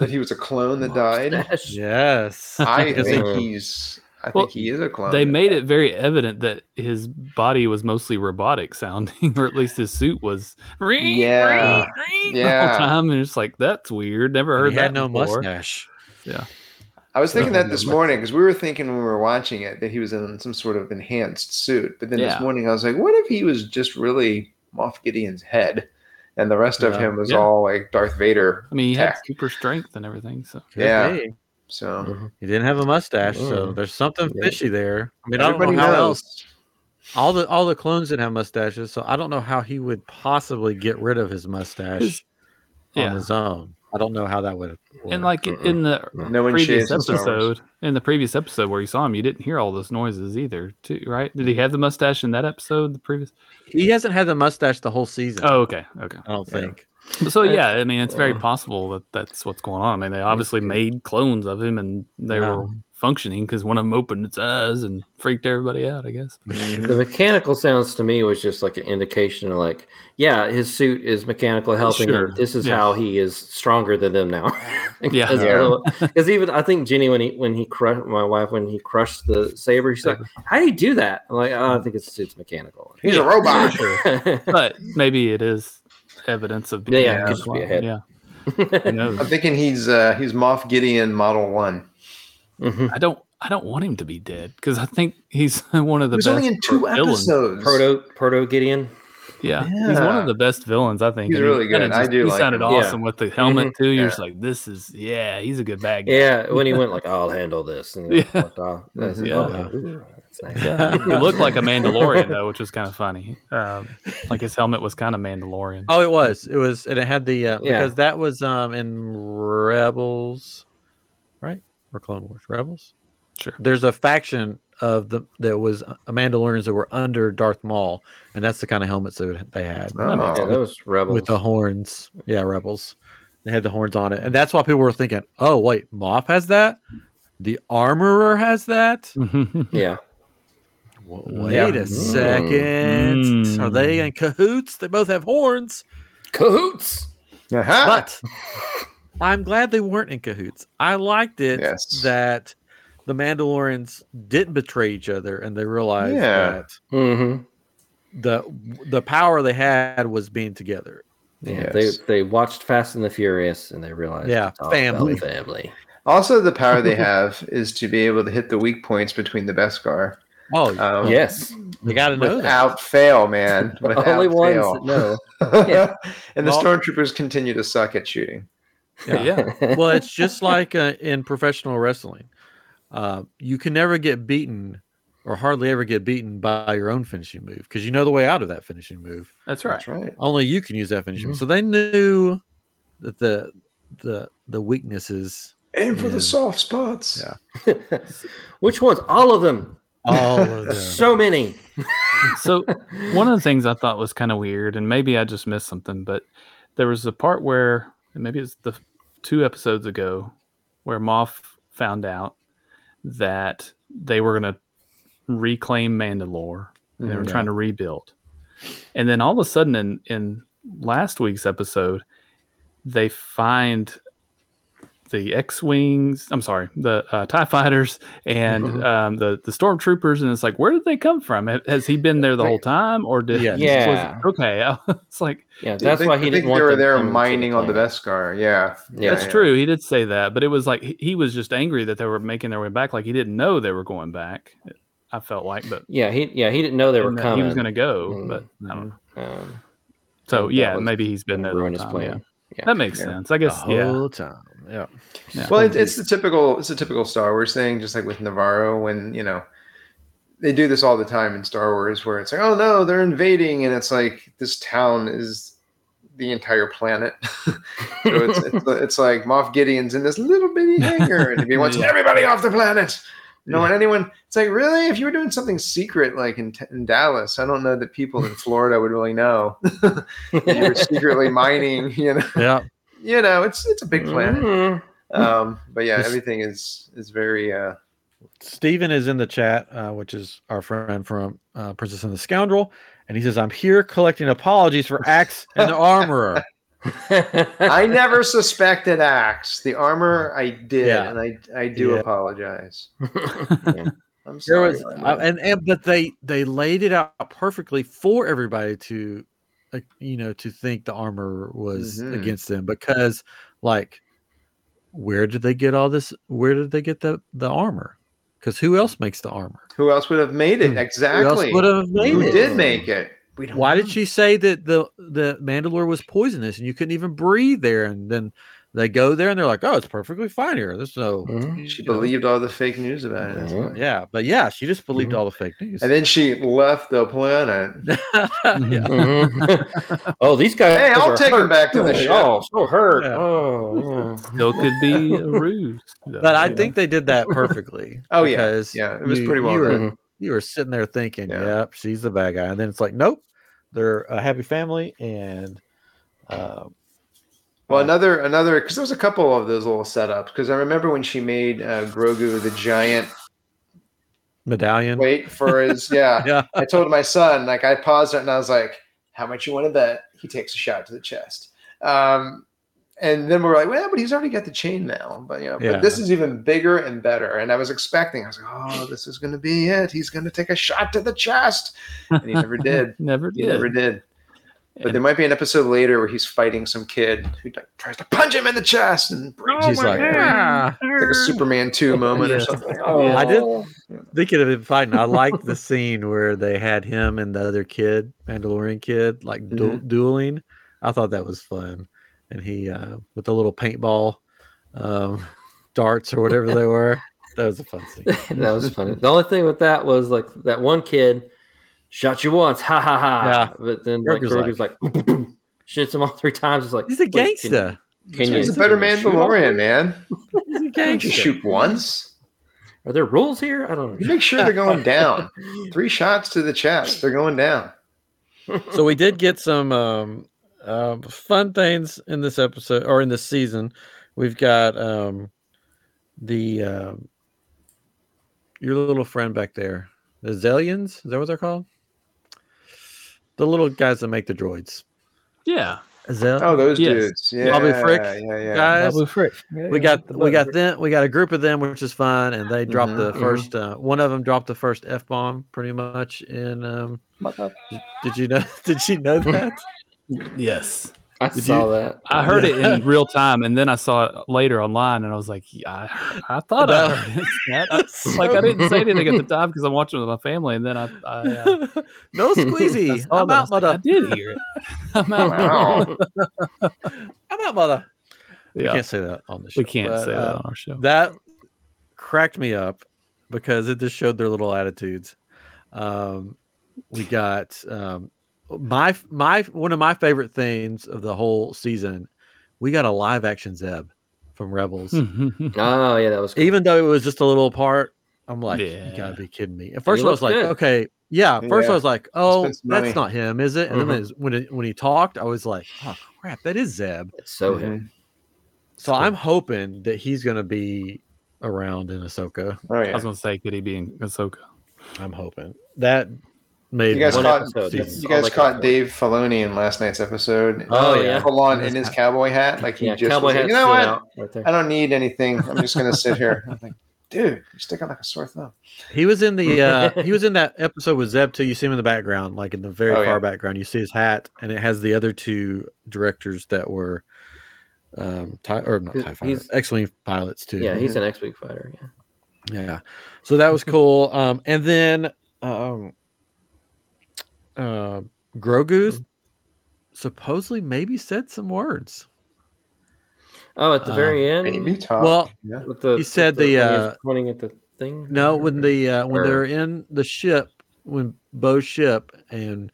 that he was a clone that died.
Yes.
I
Because
think
they-
he's. I
Well,
think he is a clone.
they made it very evident that his body was mostly robotic sounding, or at least his suit was. "Ring,
Yeah.
ring, ring," The
Yeah.
whole time, and it's like that's weird. Never
And
heard
he
that
had no
before.
mustache.
I was thinking that this
Yeah.
morning because we were thinking when we were watching it that he was in some sort of enhanced suit. But then this
Yeah.
morning I was like, what if he was just really Moff Gideon's head, and the rest of
Yeah.
him was
Yeah.
all like Darth Vader?
I mean, he had
Tech.
super strength and everything. So
Could
Yeah.
be.
So
Mm-hmm.
He didn't have a mustache, so
Mm.
there's something
Yeah.
fishy there. I mean, I
everybody
don't know how
knows.
else. All the all the clones didn't have mustaches, so I don't know how he would possibly get rid of his mustache
yeah,
on his own. I don't know how that would. work.
and like in- in the
No one shaves
previous
in Star Wars.
episode, in the previous episode where you saw him, you didn't hear all those noises either, too, right? Did he have the mustache in that episode? The previous?
he hasn't had the mustache the whole season.
Oh, okay, okay.
I don't
Yeah.
think.
So yeah, I mean, it's very
Uh,
possible that that's what's going on. I mean, they obviously made clones of him, and they
Yeah.
were functioning because one of them opened its eyes and freaked everybody out. I guess.
The mechanical sounds to me was just like an indication of like, yeah, his suit is mechanical helping.
Sure,
Him. This is
yeah.
how he is stronger than them now.
Yeah.
because even I think Jenny when he when he crushed my wife when he crushed the saber, she's like, "How do you do that?" I'm like, "Oh, I think his suit's mechanical."
He's a robot.
But maybe it is evidence of
Yeah,
being
yeah,
a
it could just be a
clone.
head.
Yeah, who
Mhm.
knows?
I'm thinking he's uh, he's Moff Gideon Model One.
I don't. I don't want him to be dead because I think he's one of
He
the
was
best
only in two
villains.
episodes.
Proto Proto Gideon.
Yeah. he's one
Yeah.
of the best villains. I think.
He's
and he
really
kinda
good. I
just-
do
He
like
sounded
him.
Yeah.
awesome with the helmet too. You're
Yeah.
just like, this is yeah, he's a good bad guy.
Yeah, when he went like, "I'll handle this," and
Yeah.
yeah. walked off. "Oh, That's-
Mhm.
Yeah.
okay, ooh, that's nice.
He looked like a Mandalorian though, which was kind of funny. Um, like his helmet was kind of Mandalorian.
Oh, it was. It was, and it had the uh,
Yeah.
because that was um in Rebels, right? Or Clone Wars Rebels.
Sure.
There's a faction of the that was uh, Mandalorians that were under Darth Maul, and that's the kind of helmets that would- they had
That makes
Yeah,
Oh.
that was rebels.
with the horns. Yeah, Rebels. They had the horns on it, and that's why people were thinking, "Oh, wait, Moff has that. The Armorer has that.
Oh.
yeah,
W-
Yeah.
Wait a
Mm.
second, are they in cahoots? They both have horns."
cahoots.
Uh-huh.
but I'm glad they weren't in cahoots. I liked it
Yes.
that the Mandalorians didn't betray each other and they realized
Yeah.
that
hmm
the the power they had was being together.
Yeah,
Yes.
they they watched Fast and the Furious and they realized,
Yeah,
it's all
family.
about family.
also, the power they have is to be able to hit the weak points between the Beskar.
Oh,
Um,
yes,
they got to know that.
without fail, man. Without
only ones
fail.
that know. Yeah.
and the
Well-
stormtroopers continue to suck at shooting.
yeah. yeah.
Well, it's just like uh, in professional wrestling. Uh, you can never get beaten or hardly ever get beaten by your own finishing move because you know the way out of that finishing move.
That's right.
That's right.
Only you can use that finishing. move.
Mhm.
So they knew that the the the weaknesses
Aim
for the Yeah.
soft spots.
Yeah.
Which ones? All of them.
All of them.
So many.
So one of the things I thought was kind of weird, and maybe I just missed something, but there was a part where and maybe it's the two episodes ago where Moff found out that they were going to reclaim Mandalore. and They were
Mhm.
trying to rebuild, and then all of a sudden, in in last week's episode, they find the X wings. I'm sorry, the uh, Tie fighters and
Mhm.
um, the the stormtroopers, and it's like, where did they come from? Ha- Has he been there the whole time, or did
Yeah.
was-
Yeah.
okay, it's like
Yeah, that's why he
I
didn't
think
want
they were
them
there
coming to
mining on the
planet.
Beskar. Yeah,
Yeah,
that's true. He did say that, but it was like he, he was just angry that they were making their way back. Like he didn't know they were going back. I felt like, but
Yeah, he yeah he didn't know they were
and that
coming.
he was going to go,
Mm.
but I don't know.
um,
So
That
yeah,
was
maybe he's been
gonna
there. the
ruin
whole
his
time, yeah.
plan. Yeah.
That makes
Yeah.
sense. I guess.
the
Yeah.
whole time. Yeah.
Yeah.
Well, it, it's the typical it's a typical Star Wars thing, just like with Navarro when you know they do this all the time in Star Wars, where it's like, oh no, they're invading, and it's like this town is the entire planet. so it's, it's it's like Moff Gideon's in this little bitty hangar, and he wants
Yeah.
everybody off the planet. No one, anyone. It's like really, if you were doing something secret, like in, T- in Dallas, I don't know that people in Florida would really know that you were secretly mining. You know,
Yeah.
you know, it's it's a big planet
Mhm.
um but yeah
Yes.
everything is is very uh
Steven is in the chat, uh, which is our friend from uh, Princess and the Scoundrel, and he says, "I'm here collecting apologies for Axe and the Armorer."
i never suspected axe the armor i did
Yeah.
and i i do
Yeah.
apologize i'm
There
sorry
was,
Armor.
uh, and, and but they they laid it out perfectly for everybody to, uh, you know, to think the armor was
Mhm.
against them because, like, where did they get all this? Where did they get the the armor? Because who else makes the armor?
who else would have made it
Hmm. Who else
exactly
would have made
who
it?
did make it we don't
Why
know.
did she say that the the Mandalore was poisonous and you couldn't even breathe there? And then they go there and they're like, "Oh, it's perfectly fine here. There's no."
Mhm.
she
you know,
believed all the fake news about it that's
Mhm.
why.
Yeah, but yeah, she just believed all the fake news.
and then Mm-hmm. she left the planet
yeah,
Mhm. oh, these guys.
hey i'll
are
take
hurt.
her back to the ship
Oh, so hurt.
Yeah.
Oh, yeah.
Still could be a ruse. though.
but I
Yeah.
think they did that perfectly.
Oh, yeah.
because
yeah it was
you-
pretty well
you
done.
were, you were sitting there thinking,
Yeah.
"Yep, she's the bad guy," and then it's like, "Nope, they're a happy family." And uh,
Well,
Uh,
another another because there was a couple of those little setups because I remember when she made uh, Grogu the giant
medallion,
wait for his yeah.
yeah,
I told my son like I paused it and I was like, "How much you want to bet?" He takes a shot to the chest, um, and then we're like, "Well, but he's already got the chain now." But you know,
Yeah.
but this is even bigger and better. And I was expecting, I was like, "Oh, this is going to be it. He's going to take a shot to the chest," and he never did.
Never
He
did.
never did. But
And-
there might be an episode later where he's fighting some kid who like, tries to punch him in the chest and breaks
she's
his
like,
leg.
"Ah."
It's like a Superman 2 moment or something.
Oh.
I did- Thinking of it fighting, I liked the scene where they had him and the other kid, Mandalorian kid, like du- dueling. I thought that was fun, and he uh, with the little paintball um, darts or whatever they were. That was a fun scene.
that was funny. The only thing with that was like that one kid shot you once, ha ha ha.
Yeah.
But then like
Grogu's
Grogu's like, shoots him all three times. It's like
He's a
wait, can-
gangster.
Can, you,
He's a better Mandalorian, man.
He's a
Can't you
gangster.
shoot once?
Are there rules here? I don't
You
know.
make sure they're going down. Three shots to the chest, they're going down.
So we did get some um, um, fun things in this episode or in this season. We've got um, the um, your little friend back there, the Zillions. Is that what they're called? The little guys that make the droids.
yeah.
Zel-
Oh, those
Yes.
dudes. Yeah,
Bobby Frick,
Yeah, yeah.
guys.
Babu Frick.
We got we got them. We got a group of them, which is fun, and they dropped
Mhm,
the
mhm.
1st Uh, one of them dropped the first f bomb, pretty much. In um, did you know? Did you know that?
Yes.
I
Did
saw that.
I heard it
Yeah.
in real time, and then I saw it later online, and I was like, yeah, I, I thought I
That-
heard it. That- like I didn't say anything at the time because I'm watching with my family, and then I, I, uh,
no
I
squeezy.
saw
I'm
that, I
out,
was like, I
mother.
did hear it. I'm out.
Wow.
I'm out, mother. We
Yeah,
can't say that on the show.
we can't
but,
say that
uh,
on our show.
that cracked me up because it just showed their little attitudes. Um, we got um, my my one of my favorite things of the whole season. We got a live action Zeb from Rebels,
Oh yeah, that was cool.
even though it was just a little part. I'm like, you
Yeah.
gotta be kidding me. At first, I
looks
was like,
good.
okay, yeah. At First,
Yeah.
I was like, oh,
spent
that's
some money.
not him, is it? And then
Mhm.
it was- when it, when he talked, I was like, oh crap, that is Zeb.
It's so him.
So I'm hoping that he's going to be around in Ahsoka.
Oh,
I
yeah.
was gonna say, could he be in Ahsoka?
I'm hoping that made
You guys
one
caught-
episode.
you-
It's-
You
Oh,
guys
like
caught
a-
Dave Filoni in last night's episode.
Oh, yeah.
full on
In
in
his
his cowboy hat, like he
yeah,
just.
cowboy
was like,
hat
you know
stood
what?
out right there.
I don't need anything. I'm just gonna sit here. I'm like, dude, you're sticking like a sore thumb.
He was in the uh, he was in that episode with Zeb too. You see him in the background, like in the very
Oh,
far
yeah.
background. You see his hat, and it has the other two directors that were um tie, or not
He-
tie
he's-
fighters, X-wing pilots too.
Yeah, he's an X Wing fighter. Yeah.
yeah. So that was cool. Um, and then um, uh,
Mm-hmm.
Grogu's supposedly maybe said some words.
Oh, at the
Uh,
very end,
Maybe talk.
Well,
With the,
He said
with
the,
when he was
uh,
pointing at the thing.
No, when the uh, when
Or-
they're in the ship, when Bo's ship, and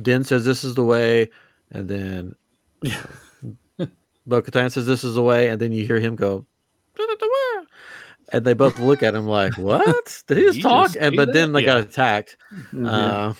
Den says this is the way, and then
Yeah.
Bo Katan says this is the way, and then you hear him go, "Da-da-da-wah," and they both look at him like, "What did he
Did
just
you
talk?"
just
and
do
but
that?
then they
Yeah. Mm-hmm.
got attacked,
Mm-hmm.
Mhm.
uh,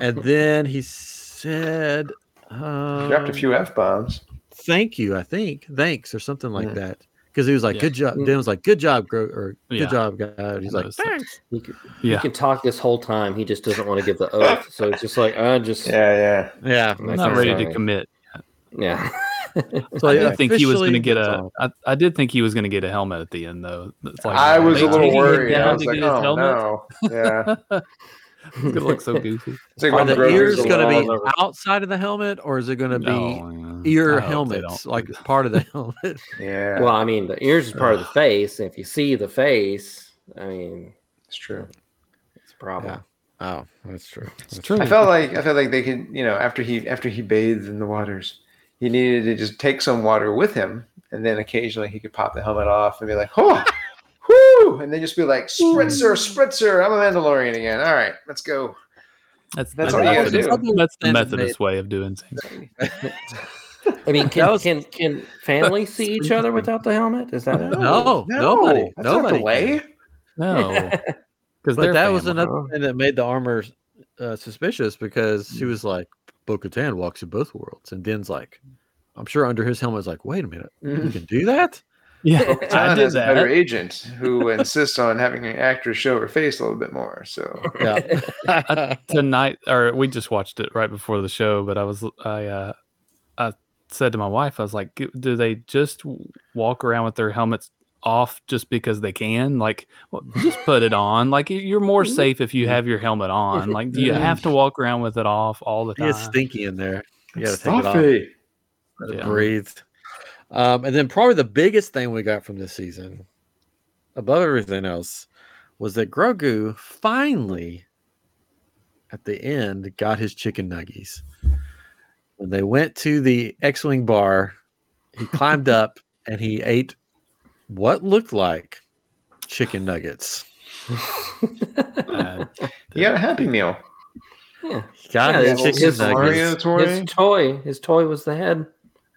and then he said, uh,
dropped a few f bombs.
thank you, I think, thanks, or something like
Yeah.
that. Because he was like,
Mm. Yeah.
good job.
Mm.
Dan was like, good job, Gro- or good
Yeah.
job, guy. And He's
One
like,
of those things.
thanks.
he, c-
Yeah.
he can talk this whole time. He just doesn't want to give the oath. So it's just like I just yeah.
Yeah,
Yeah.
I'm
I'm not ready
sorry.
to commit.
yeah.
So
I
yeah,
did think he was going
officially-
to get a. I, I did think he was going to get a helmet at the end, though. It's
yeah.
like-
I was a
they
little
take him
worried. I
down
was
to
like,
get his
oh
helmet?
no. Yeah.
It's gonna look so goofy.
It's like
Are
when
the
Grogu's
ears
a
going to
little-
be outside of the helmet, or is it going to be
No,
ear
I hope they
helmets,
don't.
like it's part of the helmet?
Yeah,
Well, I mean, the ears is part of the face. And if you see the face, I mean,
it's true.
it's a problem.
Yeah. oh, that's true.
It's true.
I felt like I felt like they could, you know, after he after he bathed in the waters, he needed to just take some water with him, and then occasionally he could pop the helmet off and be like, "Oh, whoo!" and then just be like, "Spritzer, spritzer, I'm a Mandalorian again. All right, let's go."
that's
That's
the
all you gotta
Methodist-
do.
That's the
And it
Methodist way of doing things.
I mean, can,
That was-
can can family see each other without the helmet? Is that it?
No, Oh, nobody-
that's not
nobody
the way.
No, because
But that was
enough.
another thing that made the armor uh, suspicious because
Mm.
she was like, Bo Katan walks in both worlds. And Den's like, I'm sure under his helmet is like, wait a minute, you
Mhm.
can do that?
Yeah, I
John
did
has a better
that.
agent who insists on having an actress show her face a little bit more. So
Yeah.
tonight or we just watched it right before the show but i was i uh i said to my wife i was like "Do- do they just w- walk around with their helmets off just because they can like well, just put it on like you- you're
Mm-hmm.
more safe if you have your helmet on like do you have to walk around with it off all the time
it's stinky in there. You got to take it off.
Stuffy.
Breathed,
Yeah.
Um, and then probably the biggest thing we got from this season, above everything else, was that Grogu finally, at the end, got his chicken nuggies. When they went to the X-wing bar, he climbed up and he ate what looked like chicken nuggets.
Uh,
you got a happy meal.
yeah.
He got
Yeah,
his
it's-
chicken nuggets.
it's
Mario toy.
His toy, his toy was the head.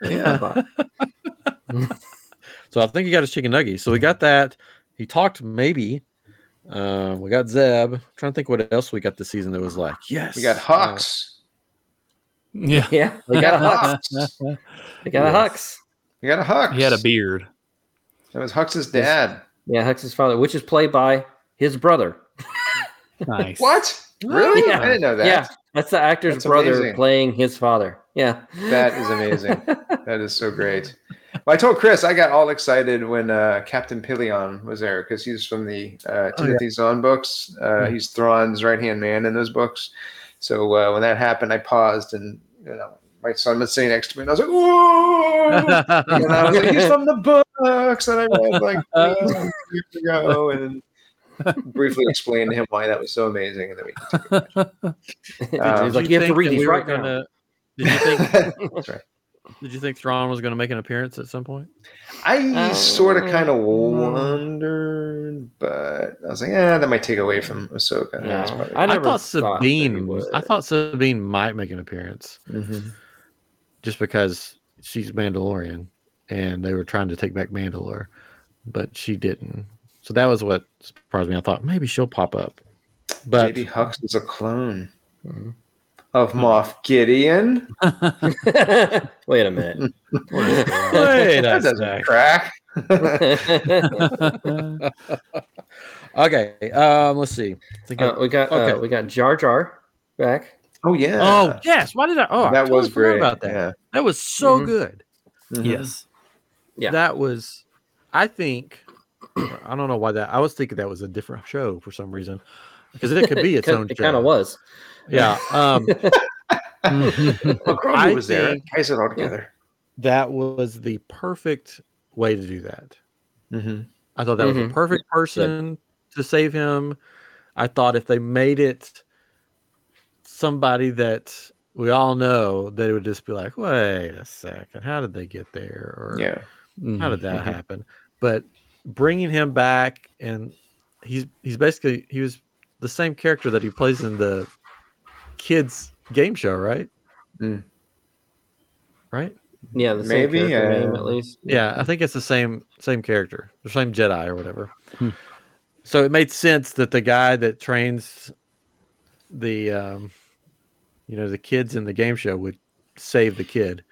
Yeah.
So I think he got his chicken nugget. So we got that. He talked maybe. Um, we got Zeb. trying to think what else we got this season that was like, yes.
We got
uh,
Hawks.
yeah
Yeah, they got a hux.
Hux.
They got a hux.
We got a Hux.
he had a beard
That was Hux's dad.
Yeah, Hux's father, which is played by his brother.
nice
What? Really? I didn't know that.
Yeah, that's the actor's
That's
brother
amazing.
playing his father. Yeah,
That is amazing. that is so great. Well, I told Chris I got all excited when uh, Captain Pillion was there because he's from the uh,
Oh, yeah. Hmm.
Timothy Zahn books. Uh, He's Thrawn's right hand man in those books. So uh, when that happened, I paused and you know my son was sitting next to me, and I was like, "Whoa!" and I was like, he's from the books that I read like three years ago, and briefly explained to him why that was so amazing. And then we, Um,
he's
did
like, you have to
think
read
that
these
we were
right now.
gonna- Did you think?
That's right.
did you think Thrawn was going to make an appearance at some point?
I
Oh,
sort of kind of
no.
wondered, but I was like, yeah, that might take away from Ahsoka.
No,
That's probably-
I
I,
never
thought
thought that he
Sabine. was- I
would.
thought Sabine might make an appearance just because she's Mandalorian and they were trying to take back Mandalore, but she didn't. So that was what surprised me. I thought maybe she'll pop up, but Mm-hmm.
Maybe Hux is a clone of Moff Gideon.
Mm-hmm. Wait a minute.
Wait a
That doesn't
sec.
crack.
That's
Okay. Um, let's see. I think I-
Uh, we got uh,
Okay.
we got Jar Jar back.
oh yeah.
oh yes. Why did I? Oh, I
that
totally
was
forgot
great.
About that.
Yeah.
That was so
Mhm.
good.
Mhm.
yes.
Yeah.
That was. I think. I don't know why that. I was thinking that was a different show for some reason, because it could be its
Kin-
own.
It
show.
kind of was.
Yeah. Um,
Mhm.
Well, Grogu
I
was there.
think-
Ties it all together.
that was the perfect way to do that.
Mm-hmm.
I thought that was
Mhm.
the perfect person to save him. I thought if they made it somebody that we all know, they would just be like, wait a second, how did they get there? Or
Yeah.
Mm-hmm.
how did that
Mhm.
happen? But bringing him back and he's he's basically he was the same character that he plays in the kids game show, right?
Mm.
Right?
Yeah, the same
Maybe,
character
uh,
name at least.
Yeah, I think it's the same same character, the same Jedi or whatever.
Hmm.
So it made sense that the guy that trains the um, you know the kids in the game show would save the kid.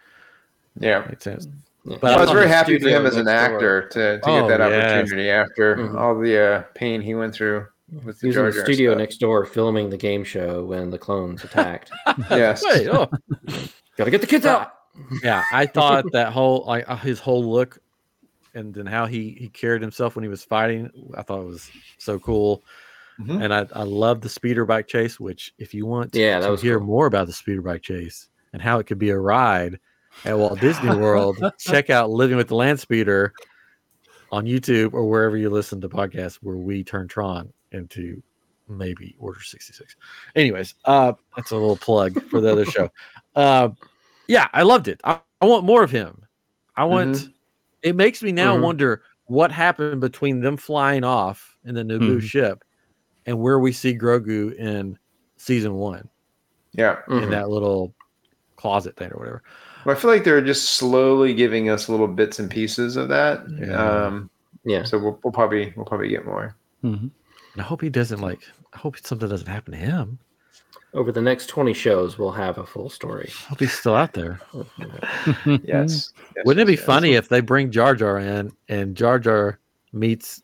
Yeah.
Makes sense.
Yeah.
But
I was
thought
very
the
happy for
studio
him as an
next door-
actor to, to
Oh,
get that
yes. Mm-hmm.
opportunity after
Mhm.
all the uh, pain he went through with
He
the
was in
Jar
the
Jar
studio
stuff.
next door filming the game show when the clones attacked.
Yes.
Wait, oh.
Gotta get the kids out.
Ah, yeah, I thought that whole like uh, his whole look, and then how he he carried himself when he was fighting. I thought it was so cool,
Mhm.
and I I love the speeder bike chase. Which, if you want
Mm-hmm. Yeah, that
to
was
hear
cool.
more about the speeder bike chase and how it could be a ride at Walt Disney World, check out Living with the Land Speeder on YouTube or wherever you listen to podcasts where we turn Tron into maybe Order 66. Anyways, uh that's a little plug for the other show. Uh yeah, I loved it. I, I want more of him. I want it makes me now
Mhm.
wonder what happened between them flying off in the Naboo
Mhm.
ship and where we see Grogu in season one
Yeah.
in
Mhm.
that little closet thing or whatever.
Well, I feel like they're just slowly giving us little bits and pieces of that.
Yeah.
Um,
Mm-hmm. Yeah.
so we'll, we'll probably we'll probably get more.
Mhm.
And I hope he doesn't like. I hope something doesn't happen to him.
Over the next 20 shows, we'll have a full story.
I hope he's still out there.
Mm-hmm.
Yes. Yes,
Mm. Wouldn't it be
yes, yes.
funny if they bring Jar Jar in and Jar Jar meets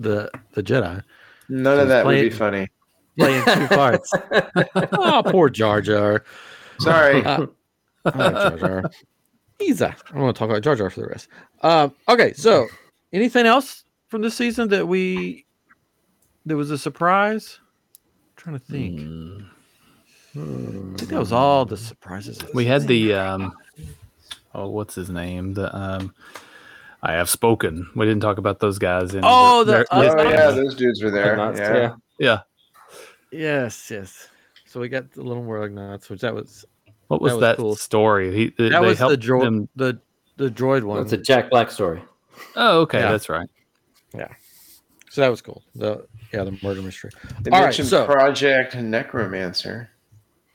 the the Jedi
None
He's
of that would
playing-
be funny.
playing two parts? oh, poor Jar Jar.
Sorry.
Uh, oh, Jar Jar. He's a. I don't want to talk about Jar Jar for the rest. Um, okay, so anything else from this season that we that was a surprise? trying
Mm-hmm.
to think.
Hmm.
I think that was all the surprises. of
We
this
had
thing.
the um oh what's his name? The um I have spoken. We didn't talk about those guys in
Oh, the-
their-
uh,
his-
oh yeah, those dudes were there.
Nuts,
yeah.
yeah.
yeah.
yes, yes. So we got the little world knots, which that was
What was
that
that,
was cool.
story? He
that was the droid
them.
the the droid one.
That's a Jack Black story.
Oh, okay,
Yeah.
that's right.
so that was cool. The yeah, the murder mystery.
They
All right,
mentioned
so-
Project Necromancer.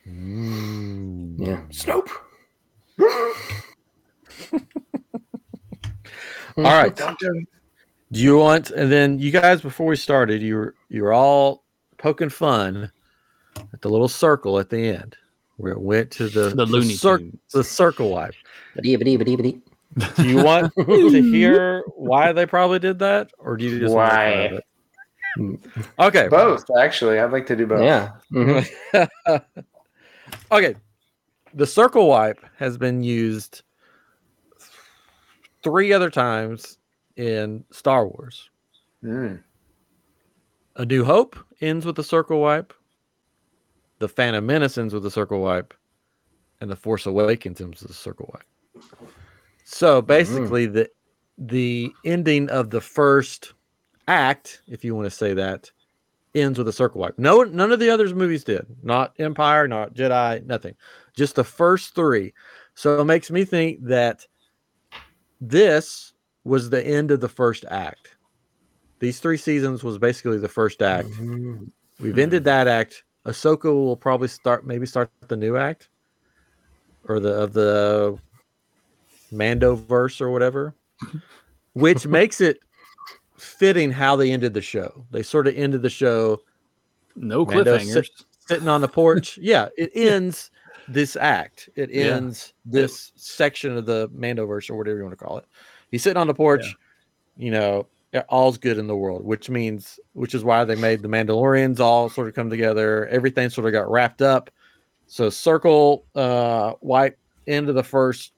Hmm.
Yeah. Snope.
All right. Do
Doctor.
you want and then you guys before we started, you were you were all poking fun at the little circle at the end where it went to the
The Looney
cir-
Tunes.
the circle wipe.
Ba-dee-ba-dee-ba-dee-ba-dee.
Do you want to hear why they probably did that, or do you just wanna make fun of it? Okay,
Both, actually. I'd like to do both.
Yeah. Mhm.
okay. The circle wipe has been used three other times in Star Wars.
Mm.
A New Hope ends with a circle wipe. The Phantom Menace ends with a circle wipe, and The Force Awakens ends with a circle wipe. So basically, the the ending of the first act, if you want to say that, ends with a circle wipe. No, none of the others movies did. Not Empire, not Jedi, nothing. Just the first three. So it makes me think that this was the end of the first act. These three seasons was basically the first act.
Mhm.
We've ended that act. Ahsoka will probably start, maybe start the new act, or the of the Mando verse or whatever, which makes it fitting how they ended the show. They sort of ended the show
No
Mando
cliffhangers.
sit- sitting on the porch. yeah, it ends this act. It
Yeah.
ends this section of the Mandoverse or whatever you want to call it. He's sitting on the porch. You know, yeah, all's good in the world, which means which is why they made the Mandalorians all sort of come together. Everything sort of got wrapped up. So circle uh white into the first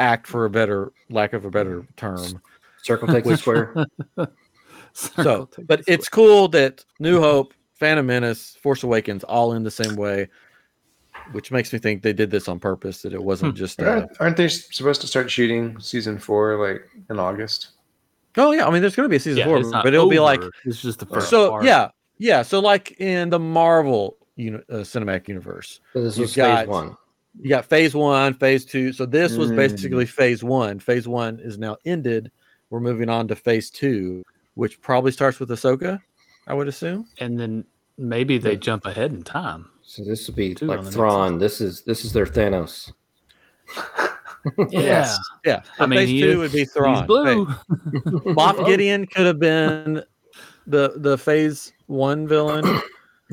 act for a better lack of a better term.
Circle takes the square.
So but it's cool that New Hope, Phantom Menace, Force Awakens all in the same way, which makes me think they did this on purpose, that it wasn't just uh,
Aren't, aren't they supposed to start shooting season four like in August?
Oh yeah, I mean there's gonna be a season
Yeah,
four,
it's not
but it'll be like
over. it's just the first.
so
part.
yeah yeah so like in the marvel uni- uh, cinematic universe
So this
You
was phase
got-
one.
you got phase one phase two so this was
Mm.
basically phase one phase one is now ended we're moving on to phase two which probably starts with ahsoka i would assume
and then maybe they
Yeah.
jump ahead in time.
So this would be
Two on
like
the next
Thrawn. This is this is their Thanos.
Yes.
yeah
I mean,
phase
he
two
is-
would be
yeah.
Thrawn.
he's blue.
Fa- moff gideon could have been the the phase one villain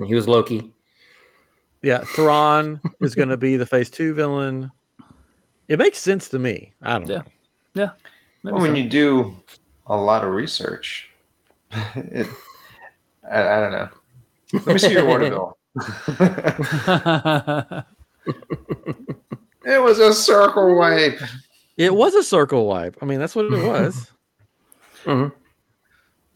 He was Loki.
yeah Thrawn is going to be the phase two villain it makes sense to me i don't know
Yeah. Yeah. Maybe
Well, when
so.
you do a lot of research, it, I, I don't know. Let me see your water bill. it was a circle wipe.
It was a circle wipe. I mean, that's what it was.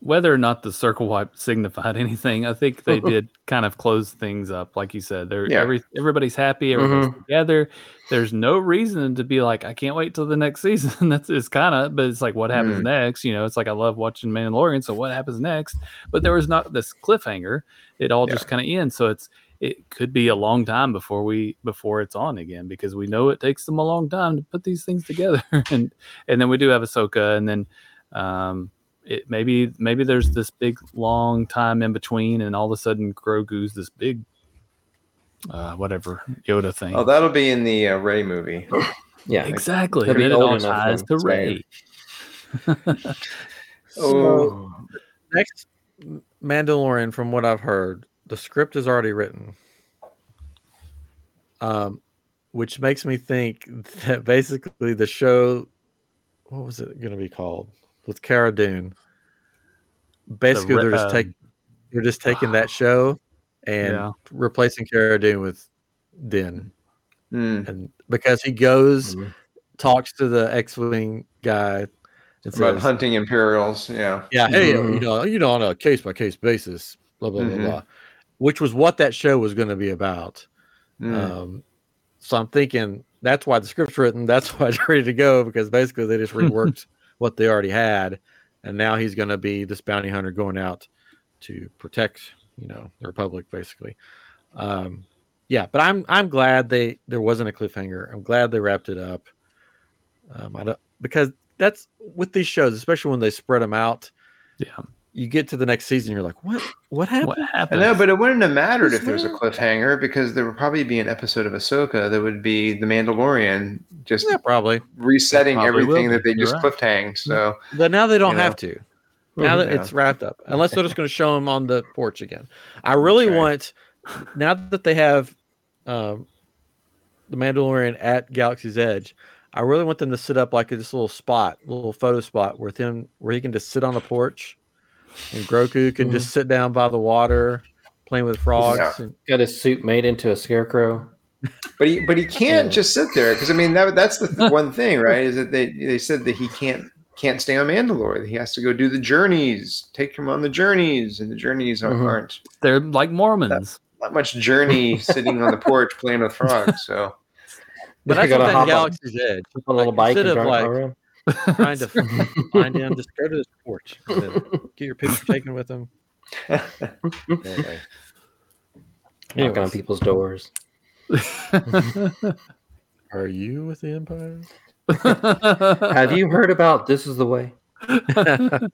Whether or not the circle wipe signified anything, I think they did kind of close things up. Like you said, there
Yeah. Mm-hmm.
every everybody's happy, everybody's together. There's no reason to be like, I can't wait till the next season. That's it's kind of, but it's like, what happens
Mm.
next? You know, it's like I love watching Mandalorian, so what happens next? But there was not this cliffhanger. It all
Yeah.
just kind of ends. So it's it could be a long time before we before it's on again because we know it takes them a long time to put these things together and and then we do have Ahsoka and then um it maybe maybe there's this big long time in between and all of a sudden Grogu's this big uh whatever Yoda thing.
Oh, that'll be in the uh, Ray movie.
Yeah.
exactly.
He'll
And
be
then it
old
all
enough
ties
then.
to
So-
Ray.
So next Mandalorian, from what I've heard, the script is already written. Um, which makes me think that basically the show, what was it going to be called with Cara Dune? Basically,
re-
they're just
um,
taking they're just taking that show and
Yeah.
replacing Cara Dune with Din,
Hmm.
and because he goes
Mm-hmm.
Mhm.
talks to the X-wing guy. And
It's about
says,
hunting Imperials. Yeah.
Yeah, hey,
Mhm.
you know, you know, on a case by case basis, blah blah
Mhm.
blah blah, which was what that show was going to be about.
Uh,
Mm.
Um, so I'm thinking that's why the script's written. That's why it's ready to go because basically they just reworked what they already had, and now he's going to be this bounty hunter going out to protect, you know, the Republic basically. Um, yeah, but I'm I'm glad they there wasn't a cliffhanger. I'm glad they wrapped it up. Um, I don't because that's with these shows, especially when they spread them out
Yeah.
you get to the next season, you're like, what? What
What
happened?
I
happened?
know, but it wouldn't have mattered if there was a
Mhm.
cliffhanger because there would probably be an episode of Ahsoka that would be The Mandalorian just
Yeah, probably.
resetting
Probably will
everything
be.
that they
You're
just
right.
cliffhanged. So
But now they don't
Yeah.
have to.
Mm-hmm.
Now that
Mm-hmm. Yeah.
it's wrapped up, unless they're just going to show him on the porch again. I really
right.
want now that they have um, the Mandalorian at Galaxy's Edge. I really want them to set up like a just a little spot, little photo spot with him where he can just sit on the porch, and Groku can just sit down by the water, playing with frogs.
Mm-hmm. Yeah.
And,
Got his suit made into a scarecrow.
But he, but he can't
Yeah.
just sit there because I mean that, that's the th- one thing, right? Is that they, they said that he can't can't stay on Mandalore. that He has to go do the journeys, take him on the journeys, and the journeys aren't,
Mm-hmm.
Mhm.
aren't
They're like Mormons.
not much journey sitting on the porch playing with frogs. So
but
Yeah,
that's
gotta
what that
hop on-
Galaxy's Edge.
hop on a little
Like,
bike and
instead
drive
of, like,
around.
trying to find him. Just go to this porch. and then Get your picture taken with him. Anyway.
Knock on
Anyways,
people's doors.
are you with the Empire?
Have you heard about this is the way?
but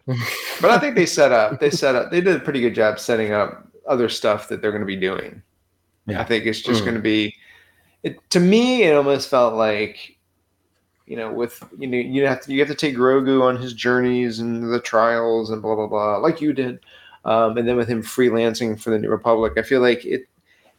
I think they set up. They set up. They did a pretty good job setting up other stuff that they're going to be doing.
Yeah.
I think it's just
Mm.
going to be. It, to me, it almost felt like, you know, with you know, you have to you have to take Grogu on his journeys and the trials and blah blah blah, like you did, um, and then with him freelancing for the New Republic, I feel like it.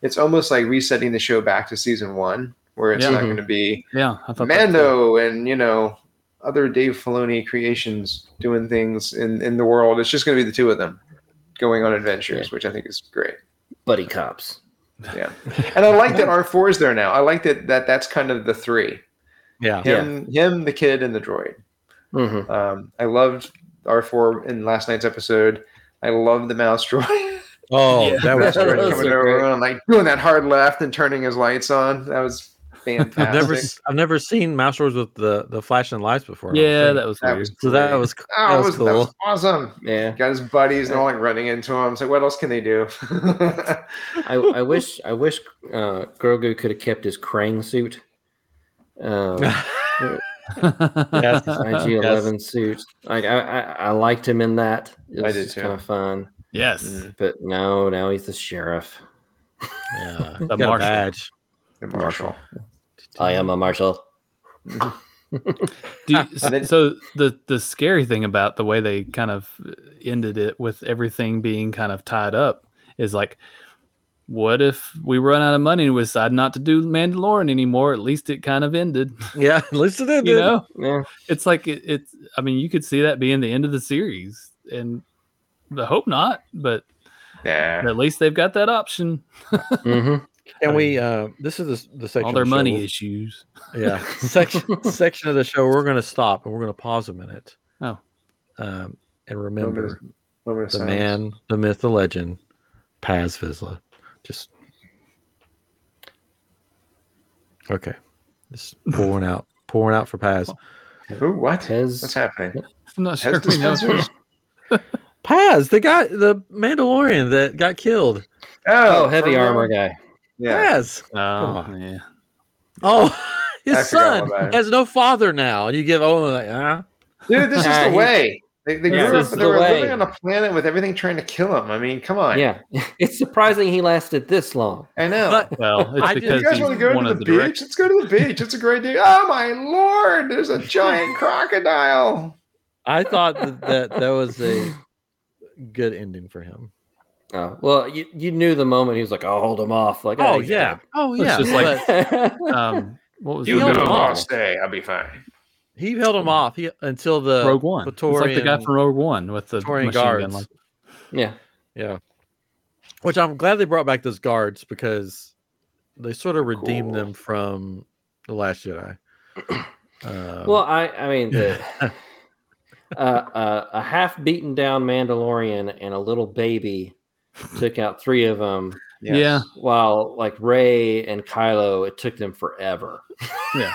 It's almost like resetting the show back to season one, where it's
Yeah.
not going to be
yeah, I thought that too.
Mando and you know other Dave Filoni creations doing things in, in the world. It's just going to be the two of them going on adventures, which I think is great.
buddy cops.
Yeah, and I like that R four is there now. I like that that that's kind of the three
Yeah.
him, him, the kid, and the droid.
Mhm.
Um, I loved R four in last night's episode. I love the mouse droid.
Oh,
Yeah.
that was
Mouse droid
great.
Those
coming
are
over
great.
and like doing that hard left and turning his lights on. That was
I've never,
fantastic.
s- I've never seen mouse wars with the the flashing lights before. I don't
Yeah,
think.
that was
That
weird.
was-
so that was
Oh,
that
it
was
was, that was
cool.
awesome.
Yeah,
Got his buddies and all like running into him. It's like, what else can they do?
I, I wish I wish uh, Grogu could have kept his Krang suit, um,
Yes.
IG Eleven suit. Like I, I, I liked him in that. It
I
was
did too.
Kind of fun,
yes.
Mm.
but no, now he's the sheriff.
yeah,
The
got a
marshal.
badge.
And Marshall.
I am a marshal.
Do you,
And then-
so the the scary thing about the way they kind of ended it with everything being kind of tied up is like what if we run out of money and we decide not to do Mandalorian anymore? At least it kind of ended,
Yeah, listen to
you know.
Yeah,
It's like it, it's. I mean, you could see that being the end of the series, and I hope not. But
Yeah.
at least they've got that option.
mm-hmm.
And we, uh, this is the, s- the section.
All
of
their
the show
money
we'll-
issues.
Yeah, section section of the show. We're going to stop and we're going to pause a minute.
Oh.
um, and remember
Moment of
the
silence.
man, the myth, the legend, Paz Vizsla. Just okay. Just pouring out, pouring out for Paz.
Who? What? What's
Pez,
happening?
I'm not sure.
Has
if we know.
dispensers?
Paz, the guy, the Mandalorian that got killed.
oh, heavy
Frodo?
armor guy.
Yeah.
Paz.
Oh, yeah.
Oh,
I
his
forgot
son
all about it.
has no father now. And you give Owen like, huh?
Dude, this is
Ah,
the
he-
way. They, they
Yeah,
grew
this
up
is
and they
the
were
way.
living on a planet with everything trying to kill them. I mean, come on.
Yeah, it's surprising he lasted this long.
I know.
But
Well,
I
it's
did-
because
you guys
he's
want to go
one
to
of
the,
the
beach?
directors.
Let's go to the beach. It's a great day. Oh my lord! There's a giant crocodile.
I thought that, that that was a good ending for him.
Oh, well, you, you knew the moment he was like, "I'll hold him off." Like,
Oh
he's
yeah. Oh
It's
yeah.
just like-
but
dead.
Um, what was
You
the
know
other
the
one?
boss.
day. I'll be fine.
he held him off he, until the
Rogue One. It's like the guy
Praetorian-
from Rogue One with the
Praetorian
machine
guards.
gun. Like,
yeah,
Yeah. Which I'm glad they brought back those guards because they sort of redeemed
Cool.
them from the Last Jedi. Um,
Well, I I mean, the, uh, uh, a half beaten down Mandalorian and a little baby took out three of them.
Yeah,
While like Ray and Kylo, it took them forever.
Yeah.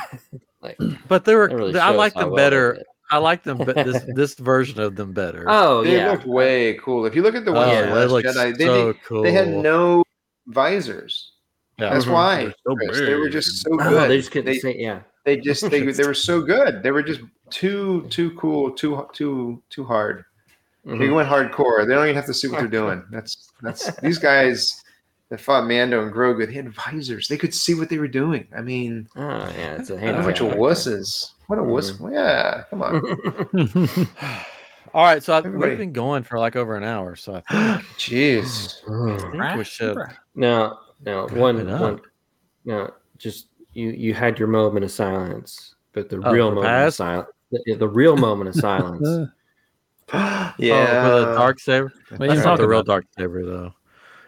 like
but they were
that really
they- I
shows
like
how
them
well they
better.
did.
I like them but this this version of them better.
Oh
They
yeah,
look way cool. If you look at the
Oh,
ones
yeah,
from
they
Last
look
Jedi, they,
so
did-
cool.
they had no visors.
Oh. Yeah.
That's
Mhm.
why
They're so
Chris, they were
big.
just so
Oh,
good.
they just couldn't
they,
say yeah.
they just they, they were so good. They were just too too cool, too too too hard. They
Mhm.
went hardcore. They don't even have to see what they're doing. That's that's these guys that fought Mando and Grogu. They had visors. They could see what they were doing. I mean,
Oh yeah, it's a
what a
hand
bunch of wusses. What a wuss! Yeah, come on.
All right, so I,
Everybody-
we've been going for like over an hour, so I
Jeez.
think we should.
Now, now,
Wrap it
one,
up.
one, now, just you, you had your moment of silence, but the
Oh,
real
for
moment of
Paz?
silence, the, the real moment of silence.
yeah.
oh, for the dark saber.
we
That's
didn't
Alright.
not
talk
the real
about
dark saber though.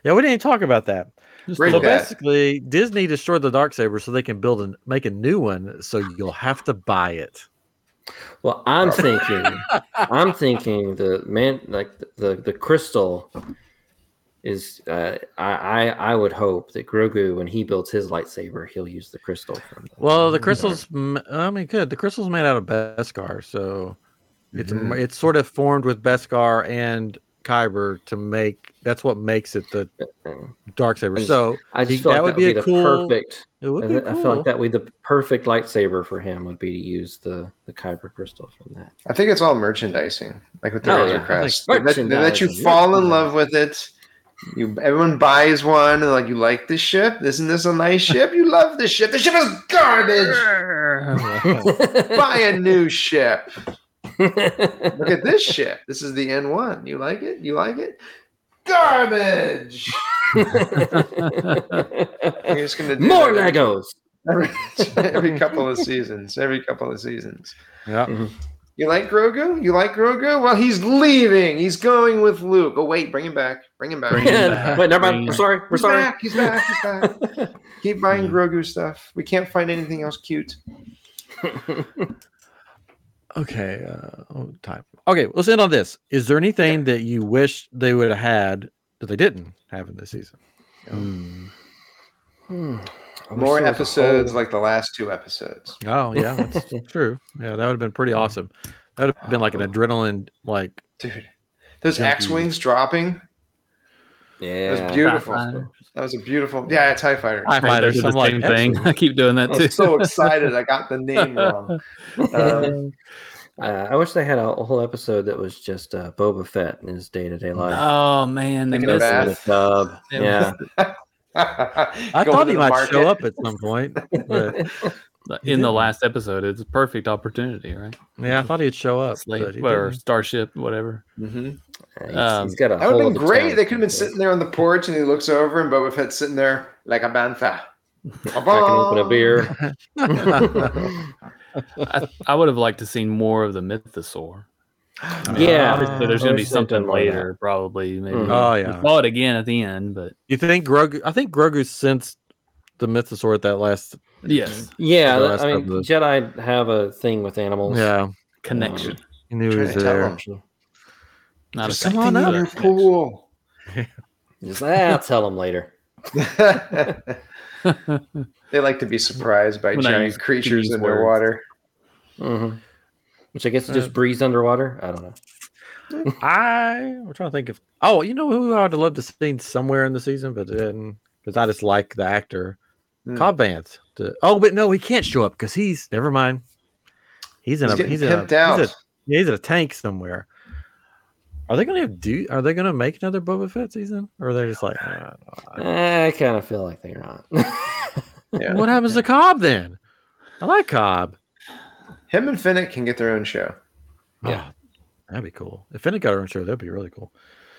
Yeah, we didn't even talk about that.
Uh,
Great
so
that.
basically, Disney destroyed the dark saber so they can build and make a new one. So you'll have to buy it.
Well, I'm thinking, I'm thinking the man, like the the crystal, is. Uh, I, I I would hope that Grogu, when he builds his lightsaber, he'll use the crystal. From the,
Well, the crystals. m- I mean, good. The crystal's made out of Beskar, so it's
Mhm.
it's sort of formed with Beskar and Kyber to make. That's what makes it the dark saber.
Nice.
So
I
He-
just feel
that
like
would
that
be
would
a
be,
cool-
the perfect.
it would
I,
be
th- I feel
cool.
like that would be the perfect lightsaber for him would be to use the the Kyber crystal from that.
I think it's all merchandising, like with the
Oh,
Razor
yeah. Like
Crest. They let, they let you
merchandising.
fall in
Yeah.
love with it. You everyone buys one and like you like this ship. Isn't this a nice ship? You love this ship. The ship is garbage. Buy a new ship. Look at this ship. This is the N1. You like it? You like it? Garbage. You're just gonna do
More
that.
Legos.
every, every couple of seasons. Every couple of seasons.
Yeah.
You like Grogu? You like Grogu? Well, he's leaving. He's going with Luke. Oh wait, bring him back. Bring him back.
Bring
He's
him
Yeah,
back.
Wait, never mind. We're sorry. We're sorry.
back. He's back. He's back. Keep buying Grogu stuff. We can't find anything else cute.
Okay. Uh, oh, time. Okay. Let's end on this. Is there anything that you wish they would have had that they didn't have in this season?
Hmm. More episodes like the last two episodes.
Oh, yeah. That's true. Yeah. That would have been pretty awesome. That would have been like an adrenaline, like,
Dude, those
Junkies.
X Wings dropping. That was
Yeah.
beautiful. That was a beautiful. Yeah, TIE Fighter.
I
I
might have
did the
some like
same thing. I keep doing that
I
too.
was so excited I got the name wrong. Um,
Uh, I wish they had a whole episode that was just uh, Boba Fett in his day to day life.
oh man, they
Taking a
missed
bath.
it.
In the tub.
Yeah.
Yeah.
I
I
thought he might show up at some point. But
in the last episode. It's a perfect opportunity, right?
yeah, I thought he'd show up. but
Slave
he
or
didn't.
starship, whatever.
hmm
He's-
Um,
he's got a
That would
Mm-hmm. whole
have been
other
great.
talent.
They could have been sitting there on the porch, and he looks over, and Boba Fett's sitting there like a bantha.
Cracking open a beer.
I, I would have liked to see more of the mythosaur. I mean,
Yeah.
obviously there's going to be
There's
something
something like that.
later, probably. Maybe
Mhm.
Oh,
we
yeah.
saw it again at the end, but
You think Grogu? I think Grogu sensed the mythosaur at that last.
yes,
Yeah,
The
that-
rest
I
of
mean,
the-
Jedi have a thing with animals.
Yeah,
connection.
he knew he
Trying
was
to tell
there.
him.
Not
Just
a
come on
connection,
up.
but a
Your
connection.
pool.
Just, ah, I'll tell them later.
they like to be surprised by
When I use-
giant
can
creatures
use
underwater.
hmm Which I guess it just breathes underwater. I don't know.
I we're trying to think of. Oh, you know who I'd love to see somewhere in the season, but then because I just like the actor,
Hmm.
Cobb Vanth. to- oh, but no, he can't show up because he's never mind. He's in
He's
a
getting
he's in a,
pimped out.
he's a he's in a tank somewhere. Are they gonna have do? Are they gonna make another Boba Fett season? Or are they just like uh,
Eh, I kind of feel like they're not.
Yeah.
what happens to Cobb then? I like Cobb.
Him and Finnick can get their own show.
Yeah, that'd be cool. If Finnick got her own show, that'd be really cool.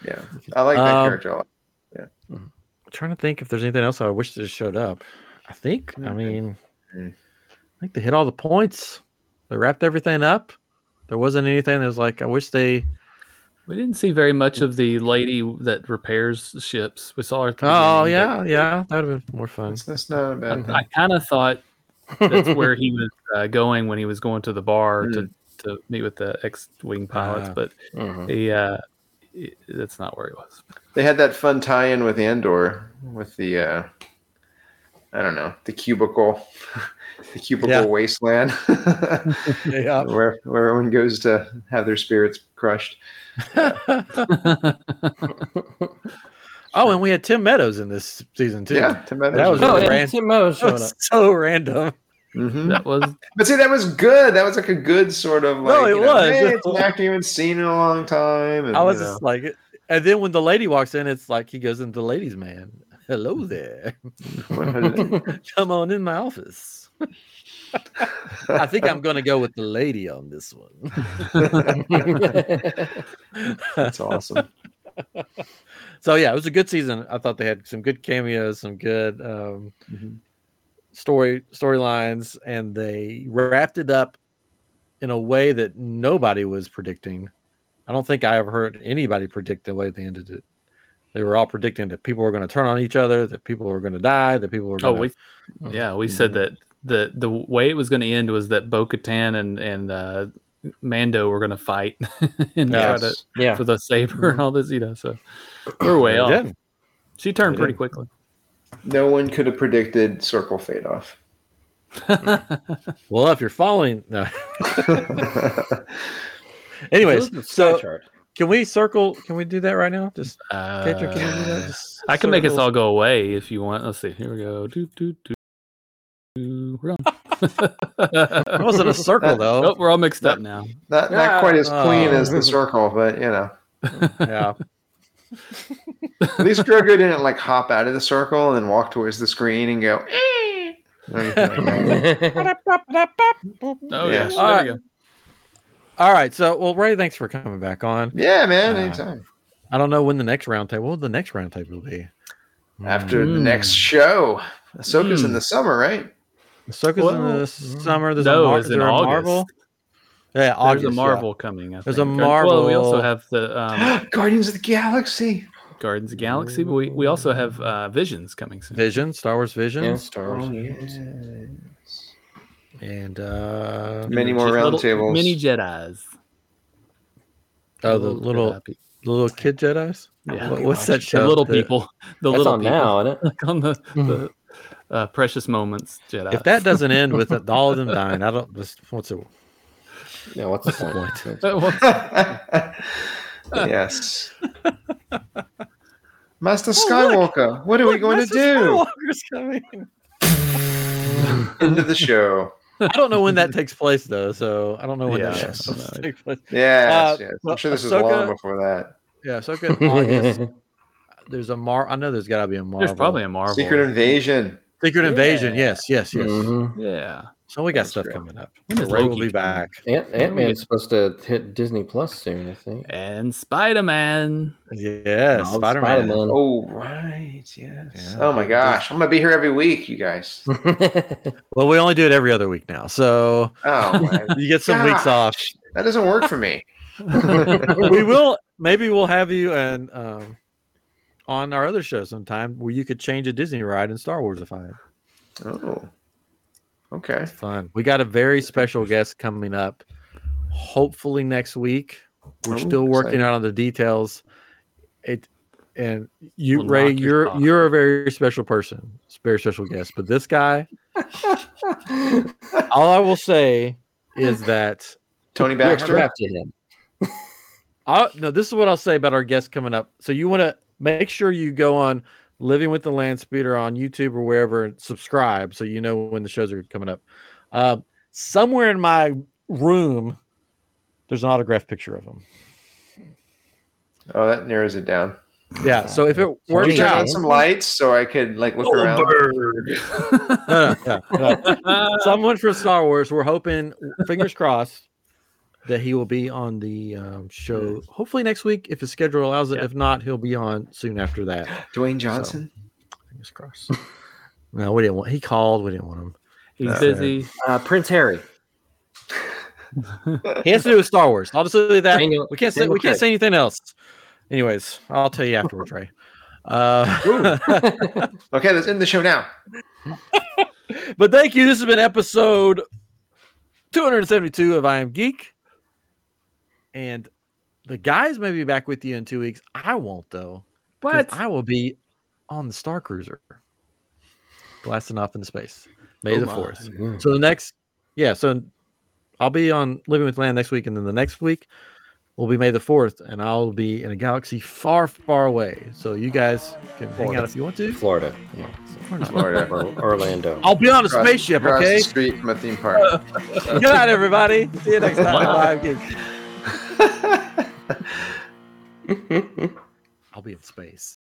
Yeah, I like that
Um,
character a lot.
I'm trying to think if there's anything else I wish that showed up. I think. I
Mhm.
mean,
Mhm.
I think they hit all the points. They wrapped everything up. There wasn't anything that was like I wish they.
We didn't see very
Mm.
much of the lady that repairs ships. We saw her. at the
Oh
beginning,
yeah, Mm-hmm. yeah, that would have been more fun.
That's, that's not a bad
but
thing.
I kind of thought that's where he was uh, going when he was going to the bar to, to meet with the ex-wing pilots,
Mm. Ah.
but
Mhm.
he uh, he- that's not where he was.
They had that fun tie-in with Andor with the uh I don't know, the cubicle the cubicle
Yeah.
wasteland
Yeah.
where where everyone goes to have their spirits crushed.
Mm. oh, and we had Tim Meadows in this season too.
Yeah, Tim Meadows
That
was
was
Oh,
really-
a
yeah,
brand-
Tim Meadows
That
showed up.
was so random.
Mhm.
That was
But see, that was good. That was like a good sort of like
No, it
you know,
was.
hey, it's an actor you haven't seen in a long time. And,
I was
you know,
just like, and then when the lady walks in, it's like he goes into the ladies' man. Hello there. Come on in my office. I think I'm going to go with the lady on this one.
that's awesome.
So yeah, it was a good season. I thought they had some good cameos, some good um,
Mhm.
story storylines, and they wrapped it up in a way that nobody was predicting. I don't think I ever heard anybody predict the way they ended it. They were all predicting that people were going to turn on each other, that people were going to die, that people were
oh
going
we
Mm.
yeah we said
Mm-hmm.
that the the way it was going to end was that Bo Katan and and uh, Mando were going to fight and try to
Yes.
yeah.
for the saber and all this you know so we're way
to.
off.
Mm-hmm. Yeah.
She turned
They
pretty
did.
quickly.
No one could have predicted circle fade off.
Well, if you're following, no. Anyways, so
chart.
can we circle? Can we do that right now? Just Pedro, can we do that?
Uh,
Just
I can make us
circle-
all go away if you want. Let's see. Here we go. Do do do. do. Run.
It wasn't a circle though.
Oh, we're all mixed up now.
Not not
Yeah.
quite as clean
Oh.
as the circle, but you know.
Yeah.
At least Grogu didn't like hop out of the circle and walk towards the screen and go. "Eh," or anything like that.
Oh
Yeah.
yeah.
All
There we go.
All right. So, well, Ray, thanks for coming back on.
yeah, man.
Uh,
anytime.
I don't know when the next roundtable. What would the next roundtable be? Hmm.
After the
Mm.
Mm.
next show, Ahsoka's in the summer, right?
Ahsoka's in
Well,
the summer. There's
no,
a, Mar-
it's
is
in
there a
August.
Marvel. Yeah,
August,
August.
There's a
yeah.
Marvel coming. I
There's
think.
a
Or- Well, we also
Marvel-
have the um,
Guardians of the Galaxy.
Gardens of the Galaxy, but we, we also have uh, Visions coming soon.
Vision, Star Wars
Yeah,
Visions,
Star Wars. games.
Oh, yes.
and uh,
Many more round tables.
Mini Jedi's.
oh, the little
Jedi people.
the little kid Jedi's.
Yeah.
What- what's that show?
the little
that-
people. The
That's
little
on
people.
now, isn't it?
Like on the, the uh, Precious Moments Jedi.
Hmm. If that doesn't end with it- all of them dying, I don't. Just, what's it?
No, what's the point?
yes. Master Skywalker, what are we going to do? End of the show.
I don't know when that takes place though, so I don't know when
Yeah,
that
I
show
don't know either.
takes place.
Yes,
Uh,
yes. I'm
well,
sure this is
Ahsoka-
long before that.
Yeah, Ahsoka in August. There's a Mar. I know there's got to be a Marvel.
There's probably a Marvel.
Secret Invasion.
Secret
Yeah.
Invasion. Yes, yes, yes.
Mhm.
Yeah.
So we got
That's
stuff
great.
coming up.
When is
Ray will
Loki
be
coming out?
back.
Ant Ant Man's supposed to hit Disney Plus soon, I think.
And Spider Man.
Yes,
All the
Spider Man.
Spider-Man.
Oh, right. Yes.
Yeah.
Oh, my gosh. I'm going to be here every week, you guys.
Well, we only do it every other week now, so
Oh, my.
you get some weeks off.
that doesn't work for me.
we will. Maybe we'll have you and um, on our other show sometime where you could change a Disney ride in Star Wars if I.
Oh. Okay.
Fun. We got a very special guest coming up, hopefully next week. We're
Oh,
still working
exciting.
out on the details. It and you,
We'll
Ray,
knock it
you're
off.
you're a very special person, s- very special guest. But this guy, all I will say is that
Tony
We're
Baxter.
trapped in him.
I no. This is what I'll say about our guest coming up. So you want to make sure you go on Living with the Land Speeder on YouTube or wherever and subscribe so you know when the shows are coming up. Uh, somewhere in my room, there's an autographed picture of him.
Oh, that narrows it down.
Yeah. So if it
Would you
works
turn on
out,
some lights so I could like look around?
No, no, no, no. uh, someone from Star Wars, we're hoping, fingers crossed, that he will be on the um, show. Hopefully next week if his schedule allows it.
Yeah.
If not, he'll be on soon after that.
Dwayne Johnson.
Fingers crossed. no, we didn't want. He called. We didn't want him.
He's
Uh,
busy.
Uh, Prince Harry.
He has to do with Star Wars. I'll just say that.
Daniel-
We can't say we
Daniel
can't
Craig.
say anything else. Anyways, I'll tell you afterwards, Ray. Uh,
Okay, let's end the show now.
but thank you. This has been episode 272 of I Am Geek. And the guys may be back with you in two weeks. I won't though. 'cause
What?
I will be on the Star Cruiser, blasting off into space, May
Oh
the
my.
fourth. So the next, yeah. So I'll be on Living with Land next week, and then the next week will be May the fourth, and I'll be in a galaxy far, far away. So you guys can hang out if you want to.
Florida. Yeah.
Florida.
Or- Orlando.
I'll be on a
Across-
spaceship.
across
Okay.
the street from a theme park.
Good night, everybody. See you next time. on Live Geek. I'll be in space.